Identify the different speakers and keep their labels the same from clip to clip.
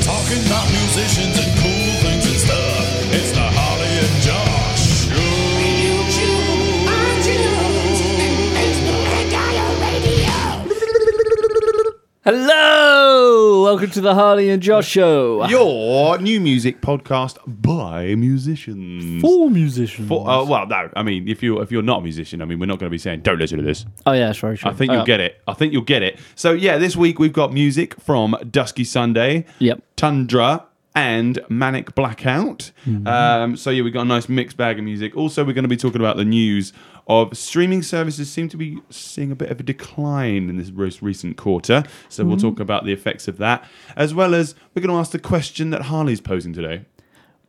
Speaker 1: talking about musicians and cool things and stuff. It's the Holly and Josh
Speaker 2: Hello, welcome to the Harley and Josh show.
Speaker 3: Your new music podcast by musicians.
Speaker 2: Four musicians.
Speaker 3: For- uh, well, no, I mean, if you if you're not a musician, I mean, we're not going to be saying don't listen to this.
Speaker 2: oh yeah, that's very true.
Speaker 3: I think you'll get it. I think you'll get it. So yeah, this week we've got music from Dusky Sunday,
Speaker 2: Yep.
Speaker 3: Tundra, and Manic Blackout. Um, so yeah, we've got a nice mixed bag of music. Also, we're going to be talking about the news of streaming services seem to be seeing a bit of a decline in this most recent quarter. So we'll talk about the effects of that, as well as we're going to ask the question that Harley's posing today.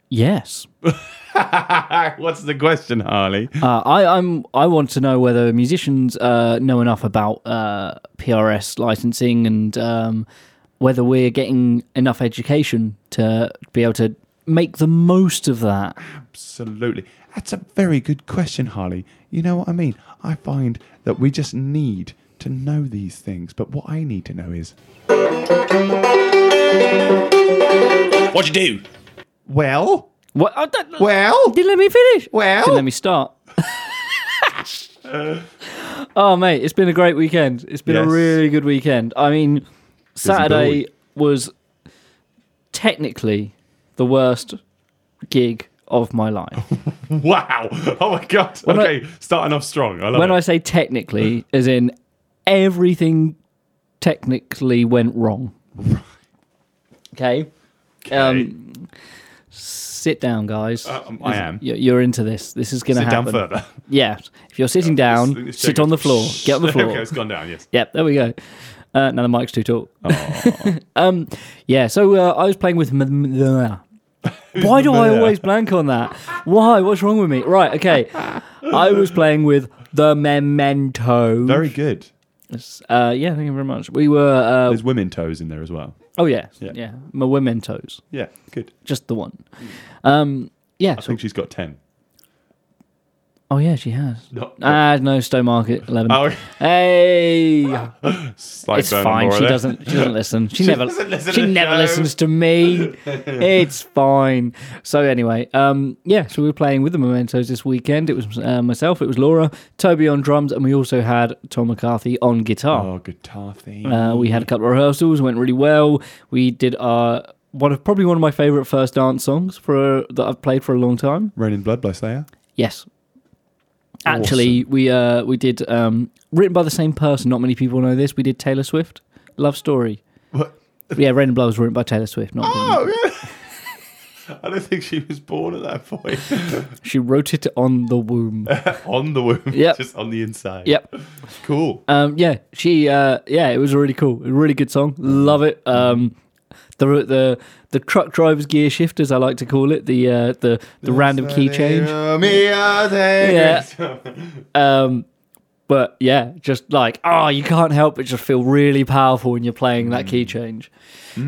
Speaker 2: Yes.
Speaker 3: What's the question, Harley?
Speaker 2: Uh, I, I'm. I want to know whether musicians uh, know enough about uh, PRS licensing and um, whether we're getting enough education to be able to make the most of that.
Speaker 3: Absolutely. That's a very good question, Harley. You know what I mean? I find that we just need to know these things, but what I need to know is
Speaker 1: What you do?
Speaker 3: well,
Speaker 2: What? I don't,
Speaker 3: well,
Speaker 2: didn't let me finish.
Speaker 3: Well?
Speaker 2: didn't let me start. oh mate, it's been a great weekend. It's been
Speaker 3: Yes.
Speaker 2: a really good weekend. I mean, Saturday
Speaker 3: boy.
Speaker 2: was technically the worst gig of my life.
Speaker 3: wow. Oh my god.
Speaker 2: I-
Speaker 3: okay, starting off strong. I love
Speaker 2: when
Speaker 3: it.
Speaker 2: I say technically, as in everything technically went wrong. Okay. Um, sit down, guys.
Speaker 3: Um, I am.
Speaker 2: You- You're into this. This is going to
Speaker 3: Sit down
Speaker 2: happen.
Speaker 3: further.
Speaker 2: Yeah. If you're sitting
Speaker 3: I think
Speaker 2: down,
Speaker 3: this
Speaker 2: sit
Speaker 3: joke
Speaker 2: on the
Speaker 3: is-
Speaker 2: floor. Get on the floor.
Speaker 3: okay, it's gone down, yes.
Speaker 2: Yep, there we go. Uh, now the mic's too tall. um, yeah, so uh, I was playing with. M- m- the- Why do I always blank on that? Why? What's wrong with me? Right, okay. I was playing with the Memento.
Speaker 3: Very good.
Speaker 2: Uh, yeah, thank you very much. We were. Uh,
Speaker 3: There's women toes in there as well.
Speaker 2: oh yeah,
Speaker 3: Yeah.
Speaker 2: yeah, My Mementos,
Speaker 3: Yeah, good.
Speaker 2: just the one. Um, yeah.
Speaker 3: I
Speaker 2: so-
Speaker 3: think she's got 10.
Speaker 2: oh yeah, she has.
Speaker 3: Not,
Speaker 2: Ah, no, Stone Market eleven.
Speaker 3: Oh.
Speaker 2: Hey.
Speaker 3: slight
Speaker 2: It's
Speaker 3: burn on
Speaker 2: fine.
Speaker 3: Laura
Speaker 2: She
Speaker 3: there.
Speaker 2: doesn't. She doesn't listen. She, never.
Speaker 3: doesn't listen
Speaker 2: she
Speaker 3: to the
Speaker 2: never
Speaker 3: show.
Speaker 2: listens to me. it's fine. So anyway, um, yeah. So we were playing with the Mementos this weekend. It was uh, myself. It was Laura, Toby on drums, and we also had Tom McCarthy on guitar.
Speaker 3: Oh, guitar theme.
Speaker 2: Uh, we had a couple of rehearsals. Went really well. We did our one of probably one of my favorite first dance songs for that I've played for a long time.
Speaker 3: Raining Blood by Slayer.
Speaker 2: Yes. Actually, we uh we did um written by the same person. Not many people know this. We did Taylor Swift, Love Story.
Speaker 3: What?
Speaker 2: Yeah, Rain and Blood was written by Taylor Swift. Not
Speaker 3: Oh, really? I don't think she was born at that point.
Speaker 2: she wrote it on the womb.
Speaker 3: on the womb,
Speaker 2: Yep.
Speaker 3: just on the inside.
Speaker 2: yep.
Speaker 3: Cool.
Speaker 2: Um. Yeah. She. Uh. Yeah. It was really cool. A really good song. Love it. Um. The the the truck driver's gear shift, as I like to call it, the uh, the the random key change. Yeah.
Speaker 3: Yeah.
Speaker 2: Um. But yeah, just like oh, you can't help but just feel really powerful when you're playing that key change.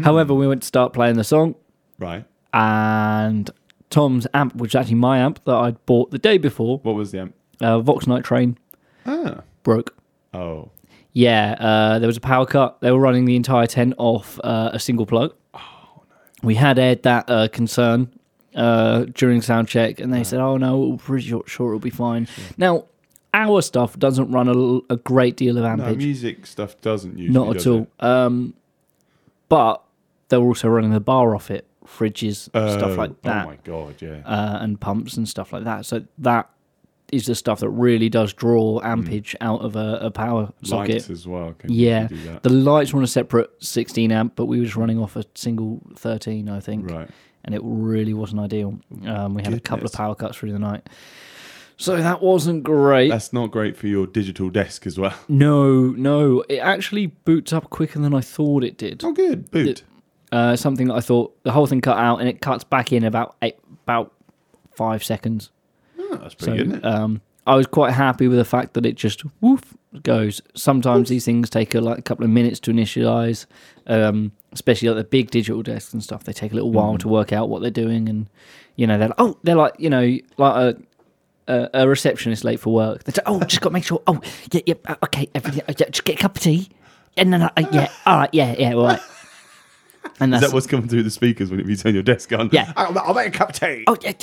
Speaker 2: However, we went to start playing the song,
Speaker 3: Right.
Speaker 2: and Tom's amp, which is actually my amp that I'd bought the day before,
Speaker 3: What was the amp?
Speaker 2: uh, Vox Night Train
Speaker 3: Ah.
Speaker 2: broke.
Speaker 3: Oh.
Speaker 2: Yeah, uh, there was a power cut. They were running the entire tent off uh, a single plug. Oh, no. We had aired that uh, concern uh, during sound check, and they said, "Oh no, we're pretty sure, sure it'll be fine." Now, our stuff doesn't run a, l- a great deal of
Speaker 3: No,
Speaker 2: ampage,
Speaker 3: music stuff doesn't usually.
Speaker 2: not
Speaker 3: does
Speaker 2: at
Speaker 3: it?
Speaker 2: all. Um, but they were also running the bar off it, fridges,
Speaker 3: Oh,
Speaker 2: stuff like that
Speaker 3: Oh my god, yeah.
Speaker 2: uh, and pumps and stuff like that. So that is the stuff that really does draw
Speaker 3: Hmm.
Speaker 2: ampage out of a, a power socket.
Speaker 3: Lights as well. Can
Speaker 2: yeah,
Speaker 3: usually do that.
Speaker 2: the lights were on a separate 16 amp, but we were just running off a single 13, I think,
Speaker 3: right.
Speaker 2: and it really wasn't ideal. Um, we had a couple of
Speaker 3: Goodness.
Speaker 2: power cuts through the night, so that wasn't great.
Speaker 3: That's not great for your digital desk as well.
Speaker 2: no, no, it actually boots up quicker than I thought it did.
Speaker 3: Oh, good. Boot.
Speaker 2: Uh, something that I thought the whole thing cut out, and it cuts back in about eight, about five seconds.
Speaker 3: Oh, that's pretty
Speaker 2: So,
Speaker 3: good, isn't it?
Speaker 2: um, I was quite happy with the fact that it just woof goes. Sometimes these things take a like a couple of minutes to initialize, um, especially like the big digital desks and stuff. They take a
Speaker 3: Mm.
Speaker 2: little while to work out what they're doing, and you know they're like, oh, they're like you know like a a, a receptionist late for work. They're like, oh, just got to make sure. Oh, yeah, yeah, uh, okay, everything. uh, yeah, Just get a cup of tea, and then uh, yeah, all right, yeah, yeah, all right. And
Speaker 3: Is
Speaker 2: that's
Speaker 3: that what's coming through the speakers when you turn your desk on?
Speaker 2: Yeah.
Speaker 3: I'll, I'll make a cup of tea.
Speaker 2: Oh yeah,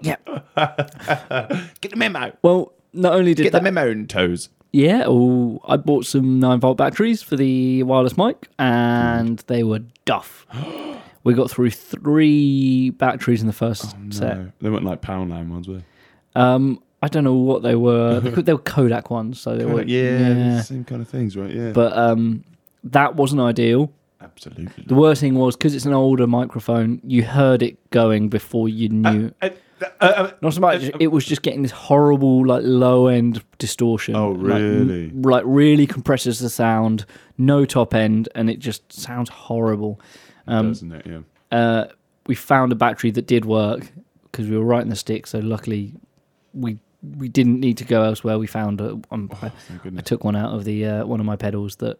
Speaker 2: yeah, uh, yeah.
Speaker 3: Get the memo.
Speaker 2: Well, not only did
Speaker 3: Get
Speaker 2: that,
Speaker 3: the memo in toes.
Speaker 2: yeah. Oh, I bought some nine volt batteries for the wireless mic, and they were duff. we got through three batteries in the first set.
Speaker 3: Oh, No, they weren't like Poundland ones, were they?
Speaker 2: Um, I don't know what they were. They were- they were Kodak ones, so they were
Speaker 3: Like, yeah, the same kind of things, right? Yeah.
Speaker 2: But um, that wasn't ideal.
Speaker 3: Absolutely.
Speaker 2: The worst thing was because it's an older microphone, you heard it going before you knew.
Speaker 3: Uh, uh, uh,
Speaker 2: Not so much. It was just getting this horrible, like low end distortion.
Speaker 3: Oh,
Speaker 2: Like, m-
Speaker 3: really?
Speaker 2: Like, really compresses the sound. No top end, and it just sounds horrible. Um,
Speaker 3: doesn't it? Yeah.
Speaker 2: Uh, we found a battery that did work because we were right in the stick. So luckily, we we didn't need to go elsewhere. We found a, um, I-
Speaker 3: Thank
Speaker 2: I
Speaker 3: goodness.
Speaker 2: took one out of the uh, one of my pedals that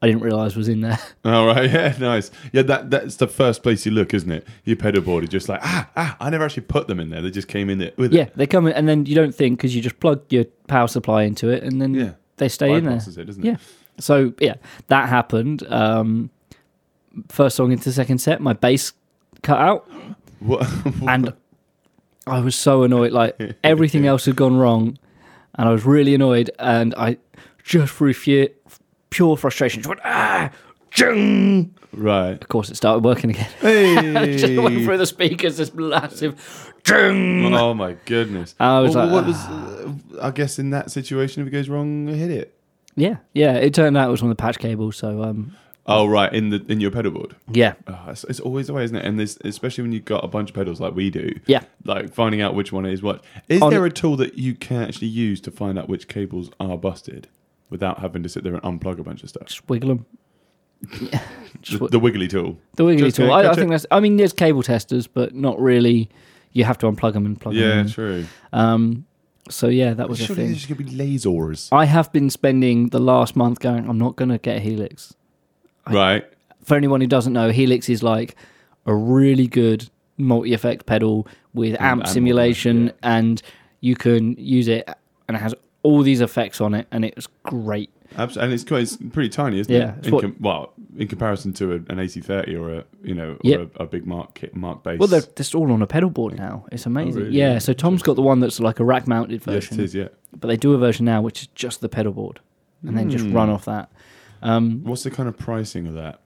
Speaker 2: I didn't realize was in there.
Speaker 3: All right. Yeah. Nice. Yeah. That that's the first place you look, isn't it? Your pedal board. You're just like ah ah. I never actually put them in there. They just came in there with
Speaker 2: yeah,
Speaker 3: it.
Speaker 2: they come in, and then you don't think because you just plug your power supply into it, and then
Speaker 3: Yeah.
Speaker 2: they stay in there.
Speaker 3: Bypasses it, doesn't it?
Speaker 2: Yeah. So yeah, that happened. Um, first song into the second set, my bass cut out,
Speaker 3: What?
Speaker 2: and I was so annoyed. Like everything else had gone wrong, and I was really annoyed. And I just through fear, pure frustration, just went ah, jung.
Speaker 3: right.
Speaker 2: Of course, it started working again.
Speaker 3: Hey.
Speaker 2: just went through the speakers, this massive jung.
Speaker 3: Oh my goodness!
Speaker 2: I was
Speaker 3: Well,
Speaker 2: like, "Ah."
Speaker 3: what was? Uh, I guess in that situation, if it goes wrong, hit it.
Speaker 2: Yeah, yeah. It turned out it was on the patch cable, so um,
Speaker 3: Oh right, in the in your pedal board.
Speaker 2: yeah,
Speaker 3: Oh, it's, it's always the way, isn't it? And this, especially when you've got a bunch of pedals like we do.
Speaker 2: Yeah.
Speaker 3: Like finding out which one is what. Is
Speaker 2: On-
Speaker 3: there a tool that you can actually use to find out which cables are busted without having to sit there and unplug a bunch of stuff?
Speaker 2: just wiggle them.
Speaker 3: The, the wiggly tool.
Speaker 2: The wiggly
Speaker 3: Just
Speaker 2: tool.
Speaker 3: gonna
Speaker 2: I, I
Speaker 3: catch
Speaker 2: think
Speaker 3: it.
Speaker 2: that's. I mean, there's cable testers, but not really. You have to unplug them and plug
Speaker 3: Yeah,
Speaker 2: them.
Speaker 3: true.
Speaker 2: in. Um. So yeah, that was a
Speaker 3: Surely
Speaker 2: thing.
Speaker 3: there's going to be lasers.
Speaker 2: I have been spending the last month going. I'm not going to get a Helix.
Speaker 3: right.
Speaker 2: For anyone who doesn't know, Helix is like a really good multi-effect pedal with amp
Speaker 3: amp,
Speaker 2: simulation,
Speaker 3: yeah.
Speaker 2: and you can use it, and it has all these effects on it, and it's great.
Speaker 3: Abs- and it's quite, it's pretty tiny, isn't
Speaker 2: Yeah,
Speaker 3: it?
Speaker 2: it's
Speaker 3: In
Speaker 2: what-
Speaker 3: com- well, in comparison to a, an AC30 or a you know or
Speaker 2: Yep.
Speaker 3: a, a big Mark kit, Mark base.
Speaker 2: Well, they're just all on a pedal board now. It's amazing.
Speaker 3: really?
Speaker 2: Oh, Yeah. So Tom's got the one that's like a rack mounted
Speaker 3: yes,
Speaker 2: version,
Speaker 3: it is. Yeah.
Speaker 2: but they do a version now which is just the pedal board, and then just run off that. Mm-hmm.
Speaker 3: What's the kind of pricing of that?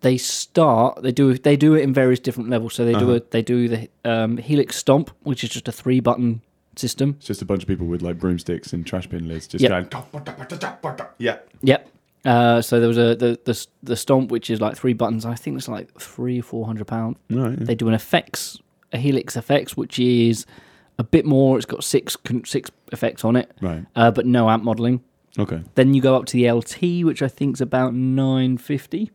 Speaker 2: They start. They do. They do it in various different levels. So they do it. They do the um, Helix Stomp, which is just a three button system.
Speaker 3: It's just a bunch of people with like broomsticks and trash bin lids, just
Speaker 2: Yep.
Speaker 3: going. Yeah.
Speaker 2: Yep. Uh, so there was a the, the the stomp, which is like three buttons. I think it's like three four hundred pound.
Speaker 3: Right.
Speaker 2: They do an effects a Helix effects, which is a bit more. It's got six con- six effects on it,
Speaker 3: Right.
Speaker 2: uh, but no amp modeling.
Speaker 3: Okay.
Speaker 2: Then you go up to the LT, which I think's about 950,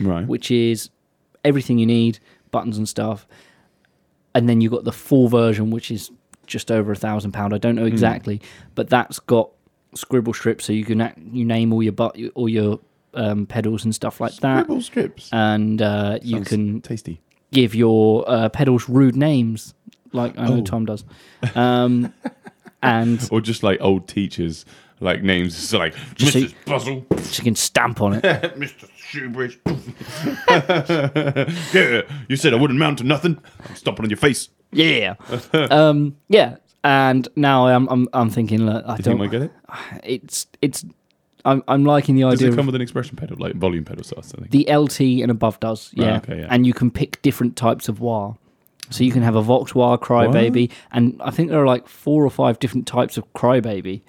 Speaker 3: Right.
Speaker 2: which is everything you need, buttons and stuff. And then you've got the full version, which is just over a thousand pound. I don't
Speaker 3: Hmm.
Speaker 2: know exactly, but that's got scribble strips, so you can act, you name all your but all your um, pedals and stuff like that,
Speaker 3: Scribble strips.
Speaker 2: and uh, you
Speaker 3: Sounds
Speaker 2: can
Speaker 3: tasty.
Speaker 2: give your uh, pedals rude names, like I know
Speaker 3: Oh.
Speaker 2: Tom does. Um, and
Speaker 3: Or just like old teachers, like names it's like
Speaker 2: Just
Speaker 3: Mr.
Speaker 2: say-
Speaker 3: Buzzle,
Speaker 2: you can stamp on it.
Speaker 3: Mr. Shoebridge. yeah, you said I wouldn't mount to nothing. I'm stomping on your face.
Speaker 2: Yeah. um, yeah. And now I'm I'm I'm thinking look, I
Speaker 3: You
Speaker 2: don't
Speaker 3: think I get it?
Speaker 2: it's it's I'm I'm liking the
Speaker 3: Does
Speaker 2: idea
Speaker 3: it come
Speaker 2: of
Speaker 3: with an expression pedal, like volume pedal stuff? Something.
Speaker 2: the LT and above does. Yeah.
Speaker 3: okay, yeah.
Speaker 2: And you can pick different types of wah. So you can have a Vox wah crybaby and I think there are like four or five different types of crybaby.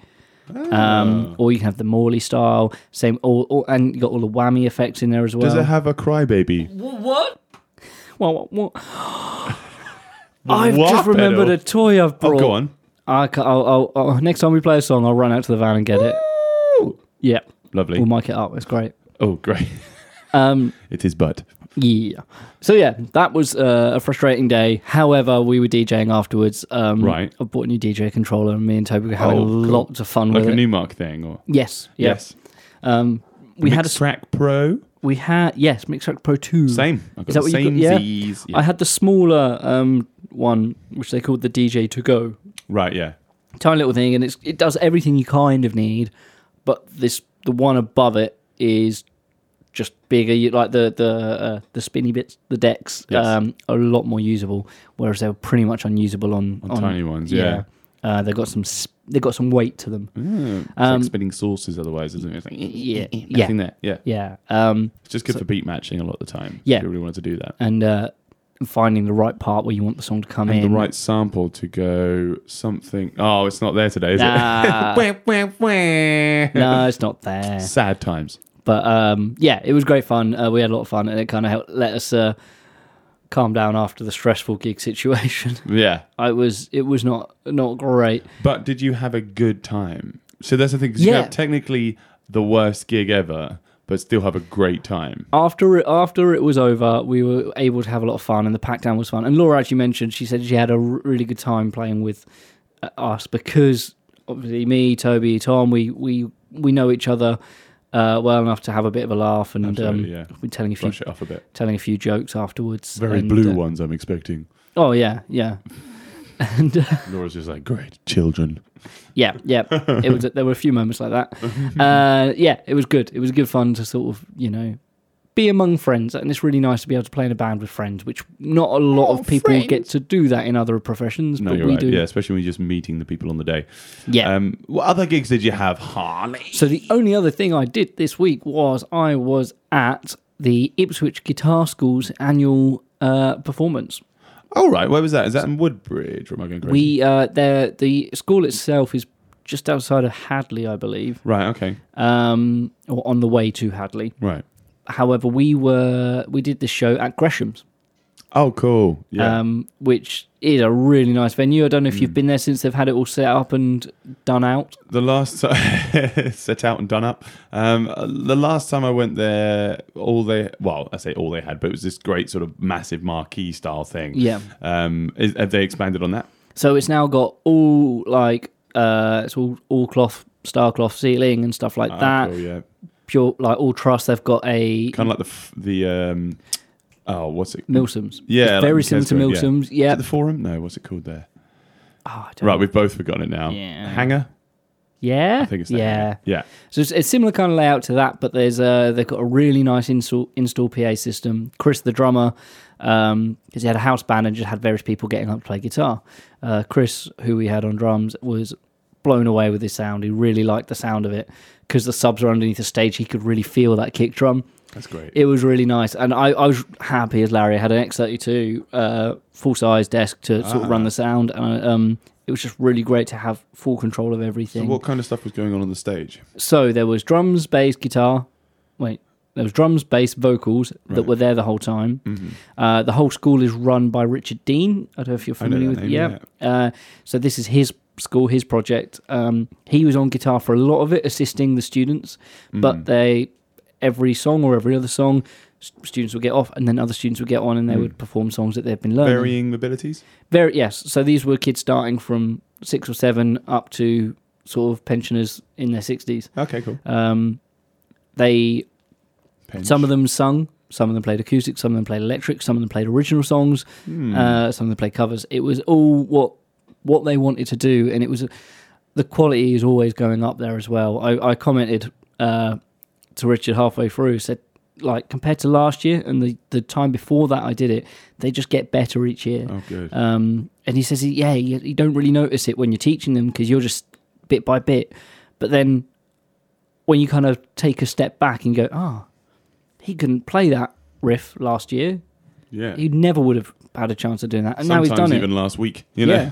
Speaker 3: Ah.
Speaker 2: Um, or you can have the Morley style, same, all, all, and you got all the whammy effects in there as well.
Speaker 3: Does it have a crybaby?
Speaker 2: What? Well, what? I've
Speaker 3: what
Speaker 2: just remembered
Speaker 3: pedal?
Speaker 2: a toy I've brought.
Speaker 3: Oh, go on.
Speaker 2: I ca- I'll, I'll, I'll- next time we play a song, I'll run out to the van and get it. Yeah,
Speaker 3: Lovely.
Speaker 2: we'll mic it up. It's great.
Speaker 3: oh, great.
Speaker 2: Um,
Speaker 3: it is butt.
Speaker 2: yeah. So yeah, that was uh, a frustrating day. However, we were DJing afterwards. Um,
Speaker 3: Right.
Speaker 2: I bought a new DJ controller, and me and Toby were having
Speaker 3: Oh,
Speaker 2: a
Speaker 3: cool.
Speaker 2: lot of fun
Speaker 3: Like
Speaker 2: with
Speaker 3: a
Speaker 2: it.
Speaker 3: new mark thing, or
Speaker 2: yes. Yeah.
Speaker 3: yes.
Speaker 2: Um, we had a s-
Speaker 3: track pro.
Speaker 2: we had yes Mixtrack Pro Two.
Speaker 3: Same. I've
Speaker 2: Is
Speaker 3: got the
Speaker 2: that what you
Speaker 3: same
Speaker 2: got? Yeah.
Speaker 3: Z's.
Speaker 2: I had the smaller um, one, which they called the DJ to go.
Speaker 3: Right, yeah.
Speaker 2: tiny little thing, and it's it does everything you kind of need. But this the one above it is just bigger, you- like the the uh, the spinny bits, the decks,
Speaker 3: Yes.
Speaker 2: um, are a lot more usable. Whereas they were pretty much unusable on,
Speaker 3: On tiny ones, yeah.
Speaker 2: Uh, they've got some sp- they've got some weight to them.
Speaker 3: Yeah, it's
Speaker 2: Um,
Speaker 3: like spinning sauces otherwise, isn't it? It's like,
Speaker 2: Yeah, yeah.
Speaker 3: nothing there. Yeah.
Speaker 2: Yeah, um,
Speaker 3: It's just good for beat matching a lot of the time.
Speaker 2: Yeah.
Speaker 3: If you really wanted to do that.
Speaker 2: and uh, finding the right part where you want the song to come
Speaker 3: And
Speaker 2: in.
Speaker 3: the right sample to go something. Oh, it's not there today, is
Speaker 2: Nah.
Speaker 3: it? Wah, wah, wah.
Speaker 2: no, it's not there.
Speaker 3: Sad times.
Speaker 2: But um, yeah, it was great fun. Uh, we had a lot of fun, and it kind of helped let us uh, calm down after the stressful gig situation.
Speaker 3: Yeah.
Speaker 2: I was it was not not great.
Speaker 3: But did you have a good time? So that's the thing. 'cause You
Speaker 2: Yeah.
Speaker 3: have technically the worst gig ever, but still have a great time.
Speaker 2: After it, after it was over, we were able to have a lot of fun, and the pack down was fun. And Laura actually mentioned she said she had a r- really good time playing with uh, us because obviously me, Toby, Tom, we we we know each other uh, well enough to have a bit of a laugh, and um,
Speaker 3: Absolutely, yeah.
Speaker 2: we're telling a few
Speaker 3: Brush it off a bit.
Speaker 2: telling a few jokes afterwards.
Speaker 3: Very
Speaker 2: and,
Speaker 3: blue
Speaker 2: uh,
Speaker 3: ones, I'm expecting.
Speaker 2: Oh yeah, yeah. And uh,
Speaker 3: Laura's just like, great children.
Speaker 2: Yeah, yeah. It was. There were a few moments like that. Uh, yeah, it was good. It was good fun to sort of you know be among friends, and it's really nice to be able to play in a band with friends, which not a lot of people get to do that in other professions,
Speaker 3: No,
Speaker 2: but
Speaker 3: you're
Speaker 2: we
Speaker 3: right.
Speaker 2: do.
Speaker 3: Yeah, especially when you're just meeting the people on the day.
Speaker 2: Yeah.
Speaker 3: Um, what other gigs did you have, Harley?
Speaker 2: So the only other thing I did this week was I was at the Ipswich Guitar School's annual uh, performance.
Speaker 3: All right, where was that? Is that in Woodbridge? Or am I going crazy?
Speaker 2: We uh, there the school itself is just outside of Hadley, I believe,
Speaker 3: right, okay,
Speaker 2: um, or on the way to Hadley.
Speaker 3: right.
Speaker 2: however we were we did this show at gresham's
Speaker 3: Oh, cool. Yeah, Mm.
Speaker 2: um, which is a really nice venue i don't know if you've been there since they've had it all set up and done out
Speaker 3: the last time set out and done up. Um, the last time I went there, all they well, I say all they had, but it was this great sort of massive marquee style thing.
Speaker 2: Yeah.
Speaker 3: Um, is, have they expanded on that?
Speaker 2: so it's now got all like uh, it's all all cloth star cloth ceiling and stuff like
Speaker 3: Oh,
Speaker 2: that
Speaker 3: cool, yeah.
Speaker 2: pure like all truss they've got a
Speaker 3: Kind of like the f- the um, oh, what's it?
Speaker 2: milsom's
Speaker 3: Yeah,
Speaker 2: It's
Speaker 3: like
Speaker 2: very
Speaker 3: the
Speaker 2: similar to
Speaker 3: Keswick, yeah.
Speaker 2: milsom's
Speaker 3: Is
Speaker 2: yeah,
Speaker 3: it the forum? No, what's it called there?
Speaker 2: Oh, I don't
Speaker 3: Right,
Speaker 2: know.
Speaker 3: we've both forgotten it now.
Speaker 2: Yeah.
Speaker 3: Hanger.
Speaker 2: yeah
Speaker 3: I think it's that.
Speaker 2: yeah
Speaker 3: Yeah.
Speaker 2: So it's a similar kind of layout to that, but there's uh they've got a really nice install install PA system. Chris the drummer, um, because he had a house band and just had various people getting up to play guitar. Uh, Chris, who we had on drums, was blown away with his sound. He really liked the sound of it because the subs are underneath the stage. He could really feel that kick drum.
Speaker 3: That's great.
Speaker 2: It was really nice, and I, I was happy as Larry. I had an X32 uh, full size desk to sort of
Speaker 3: Ah.
Speaker 2: run the sound, and I, um, it was just really great to have full control of everything.
Speaker 3: So what kind of stuff was going on on the stage?
Speaker 2: So there was drums, bass, guitar. Wait, there was drums, bass, vocals that
Speaker 3: Right. Mm-hmm.
Speaker 2: were there the whole time. Uh, the whole school is run by Richard Dean. I don't know if you're
Speaker 3: I know
Speaker 2: familiar with
Speaker 3: that
Speaker 2: yeah.
Speaker 3: name,
Speaker 2: Uh, so this is his school, his project. Um, he was on guitar for a lot of it, assisting the students.
Speaker 3: Mm.
Speaker 2: But they, every song or every other song, s- students would get off, and then other students would get on, and
Speaker 3: Mm.
Speaker 2: they would perform songs that they've been learning.
Speaker 3: Varying abilities.
Speaker 2: Very yes. So these were kids starting from six or seven up to sort of pensioners in their sixties.
Speaker 3: Okay, cool.
Speaker 2: Um, they
Speaker 3: Pinch.
Speaker 2: some of them sung, some of them played acoustic, some of them played electric, some of them played original songs, uh, some of them played covers. It was all what what they wanted to do, and it was the quality is always going up there as well. I, I commented uh, to Richard halfway through, said like compared to last year and the the time before that I did it, they just get better each year.
Speaker 3: Oh, good.
Speaker 2: Um, and he says, yeah, you, you don't really notice it when you're teaching them because you're just bit by bit. But then when you kind of take a step back and go, ah, he couldn't play that riff last year.
Speaker 3: yeah.
Speaker 2: He never would have had a chance of doing that. And
Speaker 3: Sometimes
Speaker 2: now he's done
Speaker 3: even
Speaker 2: it.
Speaker 3: last week. You know.
Speaker 2: Yeah.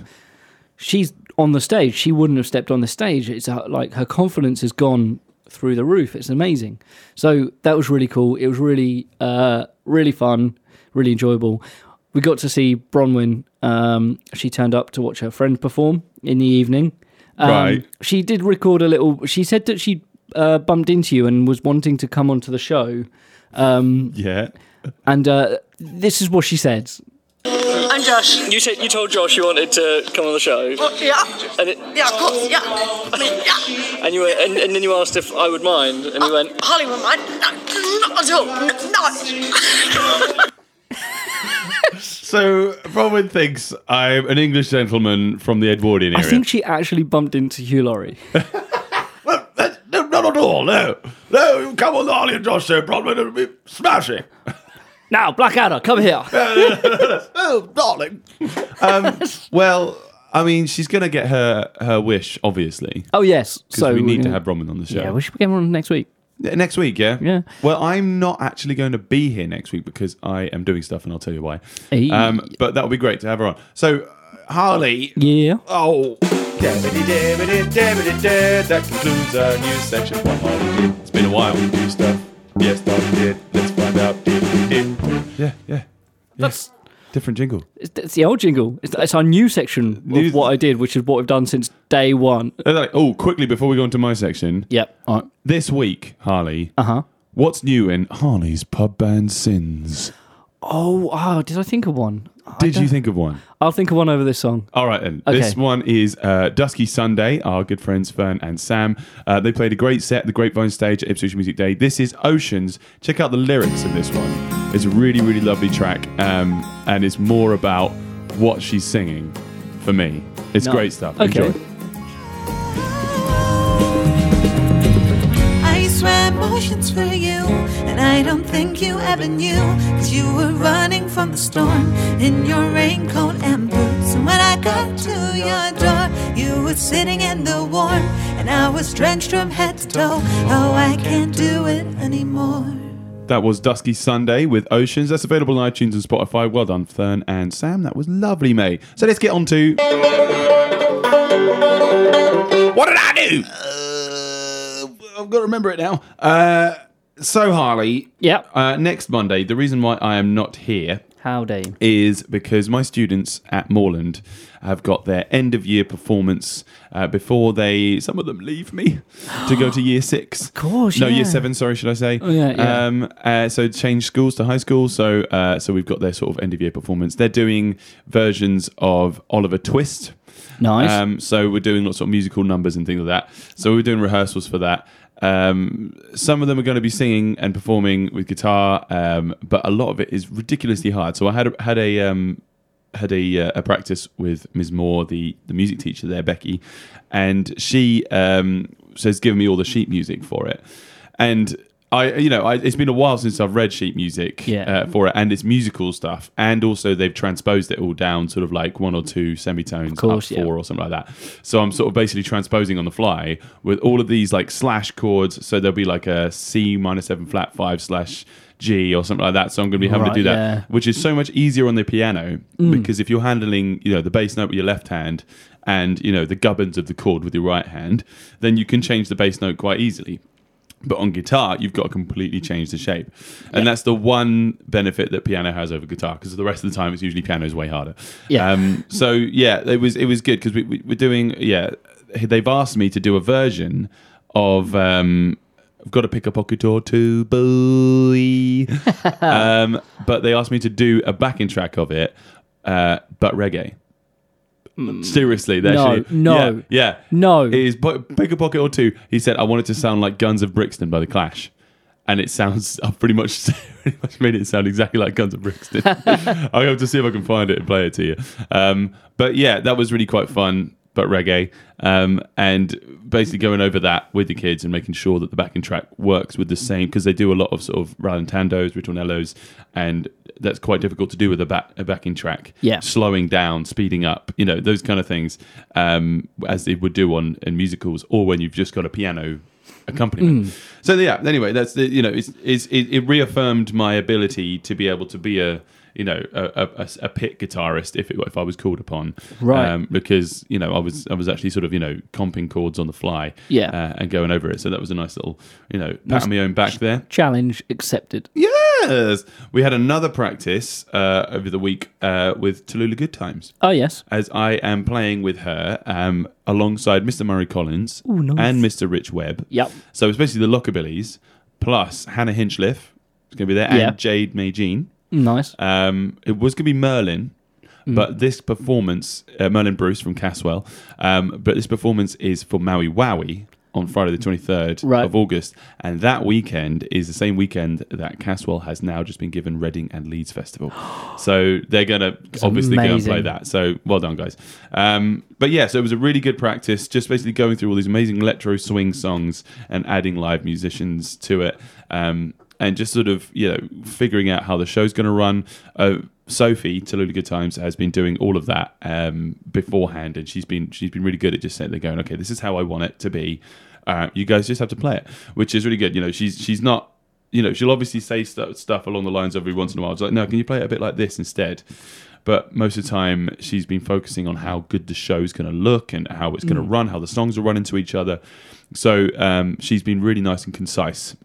Speaker 2: She's on the stage. She wouldn't have stepped on the stage. It's uh, like her confidence has gone through the roof. It's amazing. So that was really cool. It was really, uh, really fun, really enjoyable. We got to see Bronwyn. Um, she turned up to watch her friend perform in the evening. Um,
Speaker 3: Right.
Speaker 2: She did record a little. She said that she uh, bumped into you and was wanting to come onto the show. Um,
Speaker 3: Yeah.
Speaker 2: and uh, this is what she said.
Speaker 4: I'm Josh.
Speaker 2: You said you told Josh you wanted to come on the show,
Speaker 4: Oh, yeah,
Speaker 2: and it,
Speaker 4: yeah, of course, yeah. I mean, yeah. Uh,
Speaker 2: and you were, and, and then you asked if I would mind, and he went,
Speaker 4: Hollywood, man. No, not at all. No, no.
Speaker 3: So Bronwyn thinks I'm an English gentleman from the Edwardian
Speaker 2: "I
Speaker 3: area.
Speaker 2: think she actually bumped into Hugh Laurie."
Speaker 3: Uh, no, not at all. No, no, you come on the Harley and Josh show, Bronwyn, it'll be smashing.
Speaker 2: Now, Blackadder, come here.
Speaker 3: Oh, darling. um, well, I mean, she's going to get her her wish, obviously.
Speaker 2: Oh yes.
Speaker 3: Because
Speaker 2: So
Speaker 3: we need to
Speaker 2: uh,
Speaker 3: have Bronwyn on the show.
Speaker 2: Yeah, we should get one next week.
Speaker 3: Yeah, Next week, yeah?
Speaker 2: Yeah.
Speaker 3: Well, I'm not actually going to be here next week because I am doing stuff and I'll tell you why.
Speaker 2: Hey.
Speaker 3: Um, but that would be great to have her on. So, uh, Harley.
Speaker 2: Yeah.
Speaker 3: Oh. That concludes our news section for Harley. did. It's been a while. We do stuff. Yes, Harley did. Let's find out. Did we did? Yeah, yeah.
Speaker 2: That's
Speaker 3: Different jingle.
Speaker 2: it's, it's the old jingle. It's, it's our new section
Speaker 3: New-
Speaker 2: of what I did, which is what we've done since day one.
Speaker 3: Uh, like- Oh, quickly before we go into my section.
Speaker 2: Yep.
Speaker 3: Uh, this week, Harley. Uh
Speaker 2: Uh-huh.
Speaker 3: What's new in Harley's pub band sins?
Speaker 2: Oh, oh, did I think of one?
Speaker 3: Did you think of one?
Speaker 2: I'll think of one over this song.
Speaker 3: All right, then.
Speaker 2: Okay.
Speaker 3: This one is uh, Dusky Sunday, our good friends Fern and Sam. Uh, they played a great set at the Grapevine stage at Ipswich Music Day. This is Oceans. Check out the lyrics of this one. It's a really, really lovely track, um, and it's more about what she's singing for me. It's
Speaker 2: No.
Speaker 3: great stuff.
Speaker 2: Okay.
Speaker 3: Enjoy.
Speaker 5: I swam oceans for you, and I don't think you ever knew. Cause you were running from the storm in your raincoat and boots. And when I got to your door, you were sitting in the warm, and I was drenched from head to toe. Oh, I can't do it anymore.
Speaker 3: That was Dusky Sunday with Oceans. That's available on iTunes and Spotify. Well done, Fern and Sam. That was lovely, mate. So let's get on to. What did I do? Uh, I've got to remember it now. Uh, so, Harley,
Speaker 2: Yep.
Speaker 3: uh, next Monday, the reason why I am not here
Speaker 2: Howdy.
Speaker 3: is because my students at Moorland have got their end of year performance uh, before they some of them leave me to go to year six. Of
Speaker 2: course,
Speaker 3: no,
Speaker 2: yeah.
Speaker 3: year seven. Sorry, should I say? Oh
Speaker 2: yeah, yeah.
Speaker 3: Um, uh, so change schools to high school. So uh, so we've got their sort of end of year performance. They're doing versions of Oliver Twist.
Speaker 2: Nice.
Speaker 3: Um, so we're doing lots of musical numbers and things like that. So we're doing rehearsals for that. Um, some of them are going to be singing and performing with guitar, um, but a lot of it is ridiculously hard. So I had a, had a um, had a, uh, a practice with Ms. Moore, the the music teacher there, Becky, and she um, says, "Give me all the sheet music for it," and. I, you know, I, it's been a while since I've read sheet music
Speaker 2: Yeah.
Speaker 3: uh, for it, and it's musical stuff, and also they've transposed it all down, sort of like one or two semitones
Speaker 2: course,
Speaker 3: up
Speaker 2: yeah.
Speaker 3: four or something like that. So I'm sort of basically transposing on the fly with all of these like slash chords. So there'll be like a C minor seven flat five slash G or something like that. So I'm going to be having
Speaker 2: Right,
Speaker 3: to do that,
Speaker 2: yeah. Mm.
Speaker 3: which is so much easier on the piano because if you're handling you know the bass note with your left hand and you know the gubbins of the chord with your right hand, then you can change the bass note quite easily. But on guitar, you've got to completely change the shape. And that's the one benefit that piano has over guitar because the rest of the time it's usually piano is way harder.
Speaker 2: Yeah.
Speaker 3: Um, so yeah, it was it was good because we, we we're doing yeah. They've asked me to do a version of um, I've got to pick up a guitar too, boy. um, but they asked me to do a backing track of it, uh, but reggae. Seriously, they
Speaker 2: Mm. No,
Speaker 3: actually-
Speaker 2: no.
Speaker 3: yeah, yeah.
Speaker 2: No.
Speaker 3: It is po- pick a pocket or two. He said, I want it to sound like Guns of Brixton by The Clash. And it sounds, I've pretty much, pretty much made it sound exactly like Guns of Brixton. I'll have to see if I can find it and play it to you. Um, but yeah, that was really quite fun, but reggae. Um, and basically going over that with the kids and making sure that the backing track works with the same, because they do a lot of sort of Ralentandos, Ritornellos, and that's quite difficult to do with a, back, a backing track
Speaker 2: Yeah.
Speaker 3: slowing down, speeding up, you know, those kind of things, um, as they would do on in musicals or when you've just got a piano accompaniment.
Speaker 2: Mm.
Speaker 3: So yeah, anyway, that's the you know, it's, it's it, it reaffirmed my ability to be able to be a you know a, a- a- a pit guitarist if it, if I was called upon, Um,
Speaker 2: Right.
Speaker 3: because you know I was I was actually sort of you know comping chords on the fly,
Speaker 2: Yeah.
Speaker 3: uh, and going over it. So that was a nice little you know pat on my own back there.
Speaker 2: Challenge accepted.
Speaker 3: Yes, we had another practice uh, over the week uh, with Tallulah Good Times
Speaker 2: Oh yes.
Speaker 3: as I am playing with her um, alongside Mr. Murray Collins and Mr. Rich Webb.
Speaker 2: Yep.
Speaker 3: So it's basically the Lockabillys plus Hannah Hinchliffe is going to be there
Speaker 2: Yeah.
Speaker 3: and Jade May Jean.
Speaker 2: Nice.
Speaker 3: Um, it was going to be Merlin,
Speaker 2: Mm.
Speaker 3: but this performance, uh, Merlin Bruce from Caswell, um, but this performance is for Maui Wowie on Friday the 23rd
Speaker 2: Right.
Speaker 3: of August. And that weekend is the same weekend that Caswell has now just been given Reading and Leeds Festival. So they're going to obviously go and play
Speaker 2: amazing.
Speaker 3: that. So well done, guys. Um, but yeah, so it was a really good practice, just basically going through all these amazing electro swing songs and adding live musicians to it. Um, and just sort of, you know, figuring out how the show's going to run. Uh, Sophie Tallulah Good Times has been doing all of that um, beforehand, and she's been she's been really good at just sitting there going, okay, this is how I want it to be. Uh, you guys just have to play it, which is really good. You know, she's she's not you know, she'll obviously say stu stuff along the lines every once in a while. It's like, no, can you play it a bit like this instead? But most of the time, she's been focusing on how good the show's going to look and how it's going to run, how the songs will run into each other. So um, she's been really nice and concise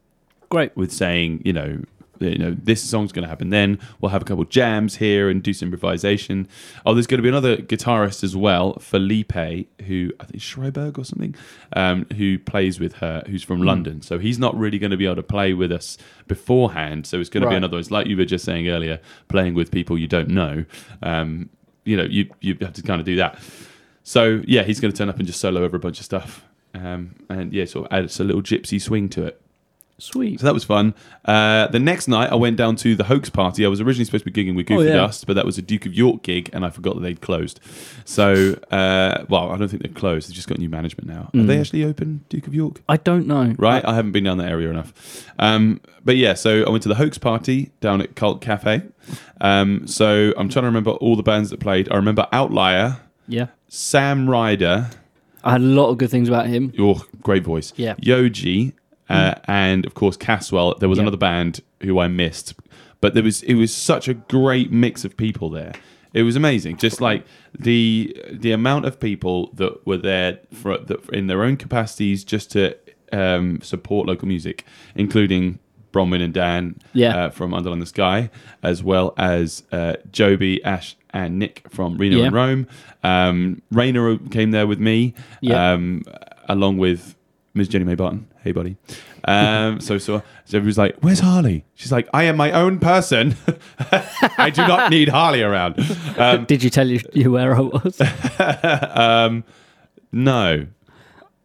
Speaker 2: Great.
Speaker 3: with saying, you know, you know, this song's going to happen. Then we'll have a couple jams here and do some improvisation. Oh, there's going to be another guitarist as well, Felipe, who I think Schreiberg or something, um, who plays with her, who's from London. So he's not really going to be able to play with us beforehand. So it's going to be
Speaker 2: Right.
Speaker 3: another. It's like you were just saying earlier, playing with people you don't know. Um, you know, you you have to kind of do that. So yeah, he's going to turn up and just solo over a bunch of stuff, um, and yeah, sort of adds a little gypsy swing to it.
Speaker 2: Sweet.
Speaker 3: So that was fun. Uh, the next night, I went down to the Hoax Party. I was originally supposed to be gigging with Goofy
Speaker 2: Oh, yeah.
Speaker 3: Dust, but that was a Duke of York gig, and I forgot that they'd closed. So, uh, well, I don't think they've closed. They've just got new management now. Are
Speaker 2: Mm.
Speaker 3: they actually open, Duke of York?
Speaker 2: I don't know.
Speaker 3: Right? I haven't been down that area enough. Um, but yeah, so I went to the Hoax Party down at Cult Cafe. Um, so I'm trying to remember all the bands that played. I remember Outlier,
Speaker 2: Yeah.
Speaker 3: Sam Ryder.
Speaker 2: I had a lot of good things about him.
Speaker 3: Your great voice.
Speaker 2: Yeah. Mm.
Speaker 3: Yoji, uh, and of course Caswell. There was
Speaker 2: Yeah.
Speaker 3: another band who I missed, but there was it was such a great mix of people there. It was amazing. Just like the the amount of people that were there for, that in their own capacities, just to um, support local music, including. Bronwyn and Dan
Speaker 2: Yeah.
Speaker 3: uh, from Underline the Sky, as well as uh, Joby, Ash, and Nick from Reno
Speaker 2: Yeah.
Speaker 3: and Rome. Um, Rainer came there with me,
Speaker 2: Yeah.
Speaker 3: um, along with Ms. Jenny May Barton. Hey, buddy. Um, so, so, so everybody's like, Where's Harley? She's like, I am my own person. I do not need Harley around. Um,
Speaker 2: Did you tell you, you where I was?
Speaker 3: no.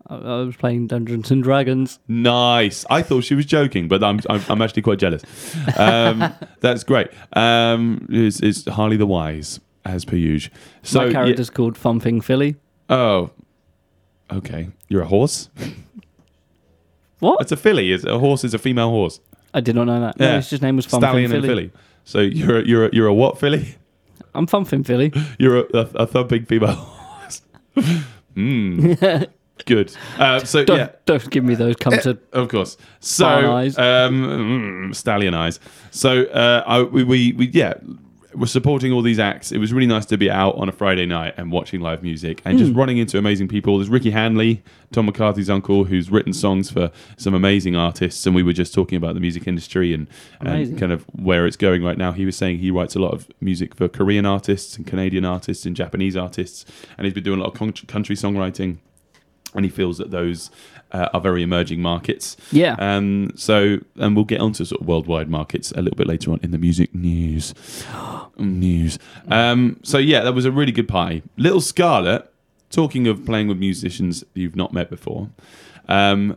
Speaker 2: I, I was playing Dungeons and Dragons.
Speaker 3: Nice. I thought she was joking, but I'm, I'm, I'm actually quite jealous. Um, that's great. Um, it's, it's Harley the Wise, as per usual. So,
Speaker 2: My
Speaker 3: yeah-
Speaker 2: character's called Thumping Philly.
Speaker 3: oh, okay. You're a horse?
Speaker 2: What?
Speaker 3: It's a filly. Is A horse is a female horse.
Speaker 2: I did not know that. No, his just name was Thumping
Speaker 3: Stallion
Speaker 2: Philly.
Speaker 3: and Philly. So you're a, you're a, you're a what Philly?
Speaker 2: I'm Thumping Philly.
Speaker 3: You're a, a, a thumping female. horse. mm. Good. Uh, so
Speaker 2: Don't,
Speaker 3: yeah. Eh.
Speaker 2: don't give me those come to
Speaker 3: Of course. So
Speaker 2: Barn eyes.
Speaker 3: um, mm, stallion eyes. So uh, I, we, we we yeah we're supporting all these acts. It was really nice to be out on a Friday night and watching live music and
Speaker 2: Hmm.
Speaker 3: just running into amazing people. There's Ricky Hanley, Tom McCarthy's uncle, who's written songs for some amazing artists. And we were just talking about the music industry and,
Speaker 2: Amazing.
Speaker 3: and kind of where it's going right now. He was saying he writes a lot of music for Korean artists and Canadian artists and Japanese artists, and he's been doing a lot of con- country songwriting and he feels that those uh, are very emerging markets.
Speaker 2: Yeah.
Speaker 3: Um. So, and we'll get onto sort of worldwide markets a little bit later on in the music news. news. Um. So yeah, that was a really good party. Little Scarlet. Talking of playing with musicians you've not met before, um,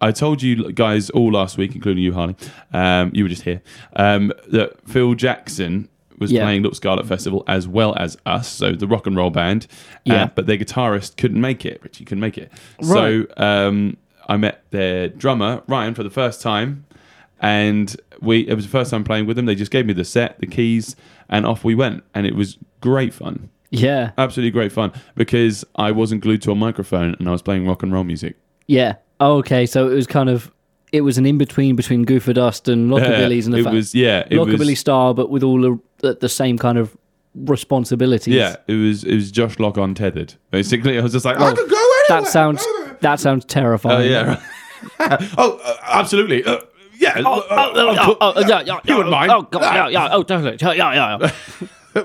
Speaker 3: I told you guys all last week, including you, Harley, um, you were just here, um, that Phil Jackson was
Speaker 2: Yeah.
Speaker 3: playing Look Scarlet Festival as well as us, so the rock and roll band. Uh,
Speaker 2: Yeah.
Speaker 3: but their guitarist couldn't make it. Richie couldn't make it. So um, I met their drummer, Ryan, for the first time. And we it was the first time playing with them. They just gave me the set, the keys, and off we went. And it was great fun.
Speaker 2: yeah
Speaker 3: Absolutely great fun because I wasn't glued to a microphone and I was playing rock and roll music.
Speaker 2: yeah. Oh, okay, so it was kind of it was an in between between Goofer Dust and Lockabilly's and the
Speaker 3: Uh, it
Speaker 2: fact
Speaker 3: was yeah, it
Speaker 2: Rockabilly
Speaker 3: was,
Speaker 2: Star, but with all the the, the same kind of responsibilities.
Speaker 3: Yeah, it was it was Josh Lock untethered. Basically, I was just like, oh, I could go anywhere.
Speaker 2: that sounds that sounds
Speaker 3: Oh
Speaker 2: terrifying.
Speaker 3: yeah. oh, uh, absolutely. Uh, yeah.
Speaker 2: Oh, oh, oh, oh, oh, yeah, yeah,
Speaker 3: You wouldn't
Speaker 2: oh,
Speaker 3: mind.
Speaker 2: Oh, God, yeah, yeah, oh, definitely, yeah, yeah, yeah.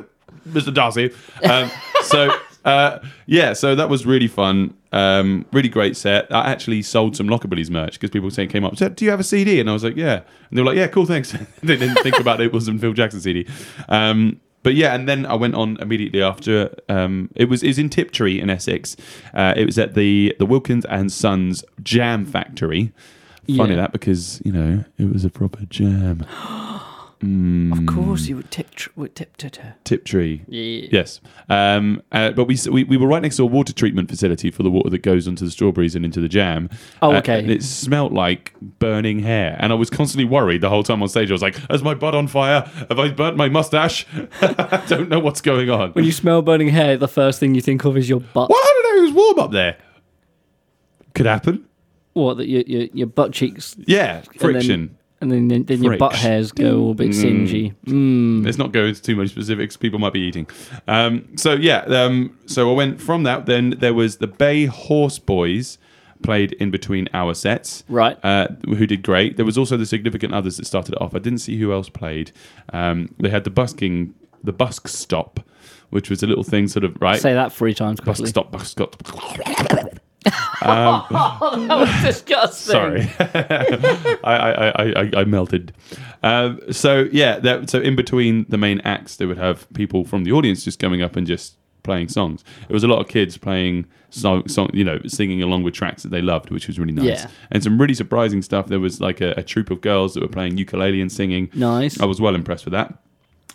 Speaker 3: Mr. Darcy. Um, so uh, yeah, so that was really fun. Um, really great set. I actually sold some Lockabilly's merch because people saying came up, said, "Do you have a CD?" And I was like, "Yeah," and they were like, "Yeah, cool, thanks." they didn't think about it was a Phil Jackson CD. Um, But yeah, and then I went on immediately after. Um, it was it was in Tiptree in Essex. Uh, it was at the the Wilkins and Sons Jam Factory. Funny
Speaker 2: Yeah.
Speaker 3: that because you know it was a proper jam.
Speaker 2: Of course, you would tip, tr- would tip, tip, tip.
Speaker 3: Tiptree.
Speaker 2: Yeah.
Speaker 3: Yes. Um, uh, but we, s- we we were right next to a water treatment facility for the water that goes onto the strawberries and into the jam.
Speaker 2: Oh,
Speaker 3: Uh,
Speaker 2: okay.
Speaker 3: and it smelt like burning hair. And I was constantly worried the whole time on stage. I was like, is my butt on fire? Have I burnt my mustache? I don't know what's going on.
Speaker 2: When you smell burning hair, the first thing you think of is your butt.
Speaker 3: well, I don't know. It was warm up there. Could happen.
Speaker 2: What? That your, your your butt cheeks
Speaker 3: Yeah.
Speaker 2: and then-
Speaker 3: Friction.
Speaker 2: and then then, then your butt
Speaker 3: Friction. Mm-hmm.
Speaker 2: hairs go all a bit singy. Mm.
Speaker 3: Let's not go into too much specifics. People might be eating. Um, so yeah, um, so I went from that. Then there was the Bay Horse Boys played in between our sets,
Speaker 2: Right.
Speaker 3: Uh, who did great. There was also the Significant Others that started it off. I didn't see who else played. Um, they had the busking, the busk stop, which was a little thing, sort of right.
Speaker 2: Say that three times
Speaker 3: busk
Speaker 2: quickly.
Speaker 3: stop, busk stop.
Speaker 2: Disgusting.
Speaker 3: Sorry, I, I, I, I, I melted. Um, so yeah, that, so in between the main acts, they would have people from the audience just coming up and just playing songs. It was a lot of kids playing song, song you know, singing along with tracks that they loved, which was really nice.
Speaker 2: Yeah.
Speaker 3: And some really surprising stuff. There was like a, a troop of girls that were playing ukulele and singing.
Speaker 2: Nice.
Speaker 3: I was well impressed with that.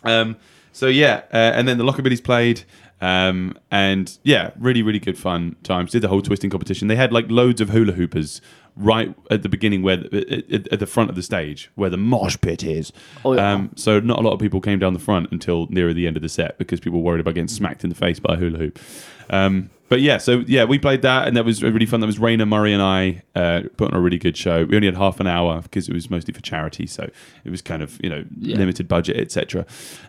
Speaker 3: Um, so yeah, uh, and then the Lockabilly's played, um, and yeah, really, really good fun times. Did the whole twisting competition. They had like loads of hula hoopers right at the beginning, where at, at- at the front of the stage, where the mosh pit is.
Speaker 2: Oh, yeah.
Speaker 3: um, so not a lot of people came down the front until nearer the end of the set because people were worried about getting smacked in the face by a hula hoop. Um, but yeah, so yeah, we played that, and that was really fun. That was Raina Murray and I uh, put on a really good show. We only had half an hour because it was mostly for charity, so it was kind of you know limited budget, etc.